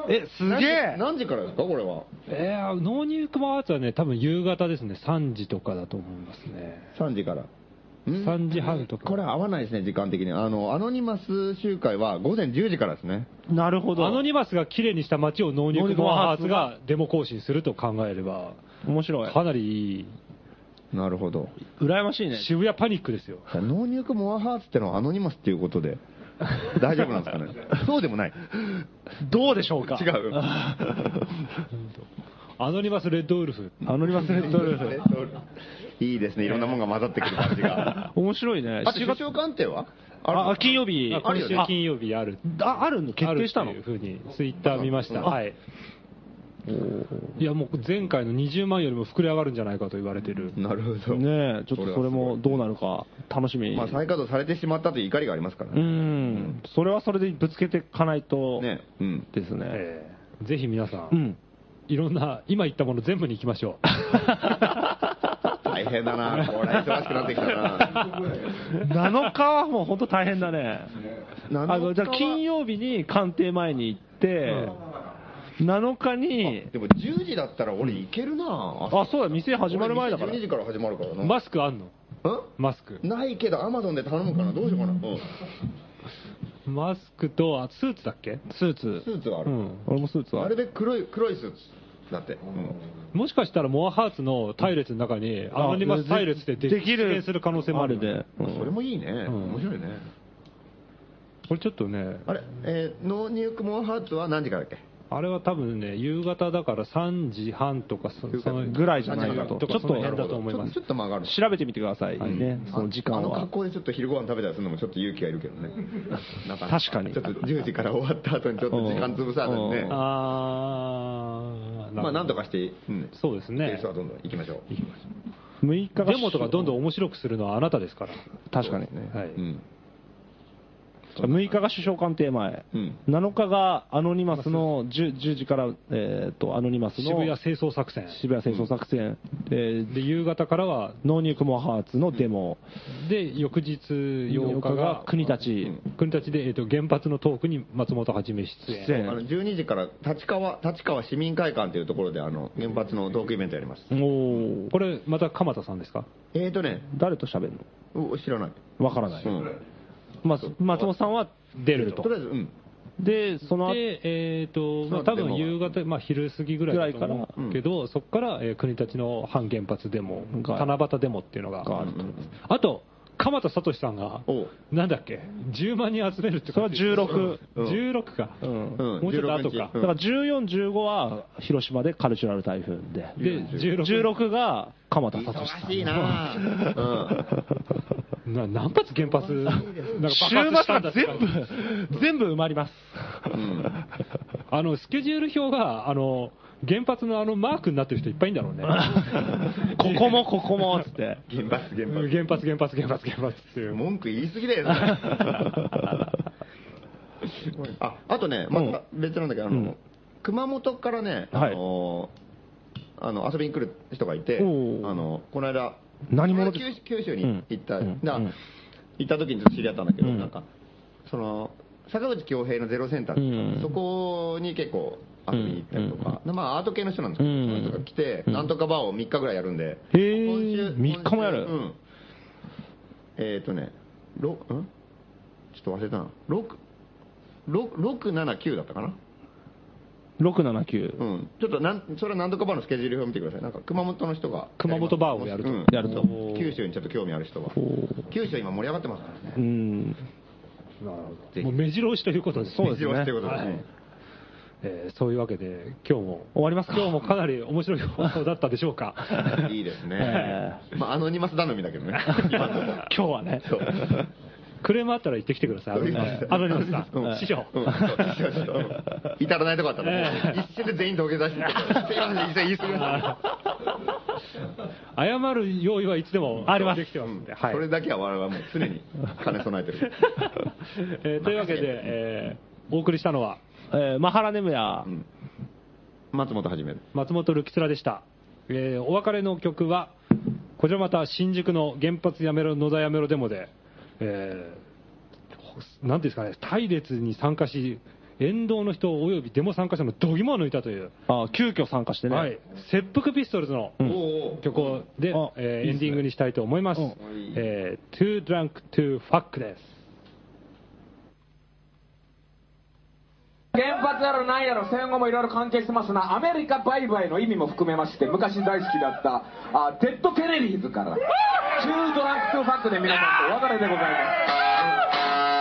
えす
何時何時からですかこれは
えーノーニュークマンハーツはね、多分夕方ですね、3時とかだと思いますね。
3時から
3時半とか。
これは合わないですね時間的にあのアノニマス集会は午前10時からですね
なるほど
アノニマスが綺麗にした街をノーニュークマンハーツがデモ行進すると考えれば、
面白い
かなりいい
なるほど
羨ましいね
渋谷パニックですよ。
ノーニュークモアハーツってのはアノニマスっていうことで大丈夫なんですかね
<laughs>
そうでもない
どうでしょうか
違
<laughs>
う
アノニマスレッドウルフ。
アノニマスレッドウルフ
いいですねいろんなもんが混ざってくる感じが
面白いね
あと首相官邸は
あ
あ
あ金曜日
あ
あ
今
るよね
週金曜日ある。
ああるの決定したの
あるっていうふうにツイッター見ました。
うん
はい。いやもう前回の20万よりも膨れ上がるんじゃないかと言われてる。
なるほど
ねえちょっとそれもどうなるか楽しみ
まあ再稼働されてしまったという怒りがありますから
う
ね
んそれはそれでぶつけていかないと
ねうん
ですね
えーぜひ皆さん、
うん <laughs>
いろんな、今言ったもの全部に行きましょう。
大変だなこれ忙しくなってきた
<laughs>
な
7日はもう本当大変だね
7日は
あのじゃあ金曜日に官邸前に行って7日に
でも10時だったら俺行けるなあ
あそうだ店始まる前だから
12時から始まるからな、
マスクあんのマスク
ん。ないけどアマゾンで頼むからどうしようかな、うん
マスクと、あスーツだっけ
スーツ
スーツはあ
う
る、
ん。
俺もスーツ
な
は
るべく黒い黒いスーツだって、うん
もしかしたらモアハーツの隊列の中に、アノニマス隊列でで
できる
出現する可能性もある。
で、うん
それもいいね、
ん
面白いね
これちょっとね、
あれ、えーノーニュークモンハーツは何時からだっけ
あれは多分ね、夕方だから3時半とか、そその
ぐらいじゃないかと
と
ちょ
か
っと
その辺だと思います
ちょ。っと曲がる
調べてみてくださいね、その時間
あの
は
格好でちょっと昼ご飯食べたりするのもちょっと勇気がいるけどね
<laughs>
なかな
確かに
ちょっと10時から終わった後にちょっと時間潰さずにね
うん
あー、
まあなんと
か。
かして、うん、
そうですね
ペースはどんどん行きましょう
6日が
デモとかどんどん面白くするのはあなたですから。
確かに、
はい
うん
6日が首相官邸前、
うん
7日がアノニマスの 10, 10時から、えー、とアノニマスの
渋谷清掃作戦。
渋谷戦争作戦、えー
で、夕方からは、
ノーニュークモアハーツのデモ、
で、翌日
8
8日
日
が
が、国立、
国立で、えー、と原発のトークに松本はじめ出演。
出
あの
演、
12時から立川立川市民会館というところであの原発のトークイベントやります。
おー
これ、また鎌田さんですか
えーとね、
誰と喋る
う知らない。
のわからない、
うん
まあ、松本さんは出ると
とりあえず、うん。
でその後
で、えっ、と、まあ、
そ
多
うデモ
分
が
夕方、まあ、昼過ぎぐらいだと思
ぐらいか
うけど、そこから、えー国立の反原発デモ、
が
七夕デモっていうのが
がある
と
あと、鎌田聡さんが
おう、
なんだっけ、10万人集めるって
それは16、
うん
16か。
うん
うん
もうちょっと後か
16日う
だか
ん
ら14、15は広島でカルチュラル台風で、
で、16。
16が鎌田聡さ
忙
ん。
しいなぁ。
な何発原発、なんか爆
週末
発したん
が
だって
全部、全部埋まります。
あの、スケジュール表が、あの、原発のあのマークになってる人いっぱいいん
<laughs>
だろうね。
<laughs> ここもここもっつって。
原発、原
うん
発。
原発、原発、原発、原発っていう。
文句言い過ぎだよ、それあ、あとね、また別なんだけど、あの、熊本からね、あの、あの遊びに来る人がいて、あ
おう
の、この間、
何者で
九
す
州九州に行った、
うん
な
うん
行った時にちょっと知り合ったんだけど、
うん
なんか、その、坂口恭平のゼロセンターっていうか、
うん
そこに結構遊びに行ったりとか、まあアート系の人なんですけど、
うん
その人が来て、なんとかバーを3日ぐらいやるんで、
へー3日もやる
うんえっ、ー、とね、ろんちょっと忘れたな、6、6 6、7、9だったかな、
679
うん、ちょっとなんそれはなんとかバーのスケジュール表見てください、なんか熊本の人が、
熊本バーをやると
うん
やると。
九州にちょっと興味ある人は、九州は今盛り上がってますからね、
うん。
ぜひ
もう目白押しということですね。
目白押しということですね
はいえーそういうわけで、今日も、
終わりますか
今日もかなり面白い放送だったでしょ
<laughs>
うか。
いいですね
え、
まあ、アノニマス頼みだけどね、今のとこ
今日はね。
そう
クレームあったら言ってきてください。あのあの皆さ
うん
ん、師匠。
うんそうちょっとうん至らないとこあったら、
え
一瞬で全員土下座して、すいません、一瞬言い過ぎま
謝る用意はいつでも
あります
できてますんで。
した
はい
それだけは我々はもう常に兼ね備え
<laughs>
てる。
えーというわけで、えーお送りしたのは、
えーマハラネムヤ
う。ん松本はじめ。
松本るきつらでした、えーお別れの曲はこじゃまた新宿の原発やめろ野田やめろデモで、えー、なんていうんですかね隊列に参加し沿道の人およびデモ参加者のどぎもを抜いたという、
あ急遽参加してね。
はい、切腹ピストルズの
ん
おうおう
曲をで、
あ
え
い
ー
いです
エ
ね
ンディングにしたいと思います、
うん
えー、Too Drunk to Fuck です
原発やらなんやら戦後もいろいろ関係してますなアメリカ売買の意味も含めまして昔大好きだったあテッド・テレビーズから「チュードラック・トゥ・ファック」で皆さんとお別れでございます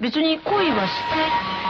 別に恋はして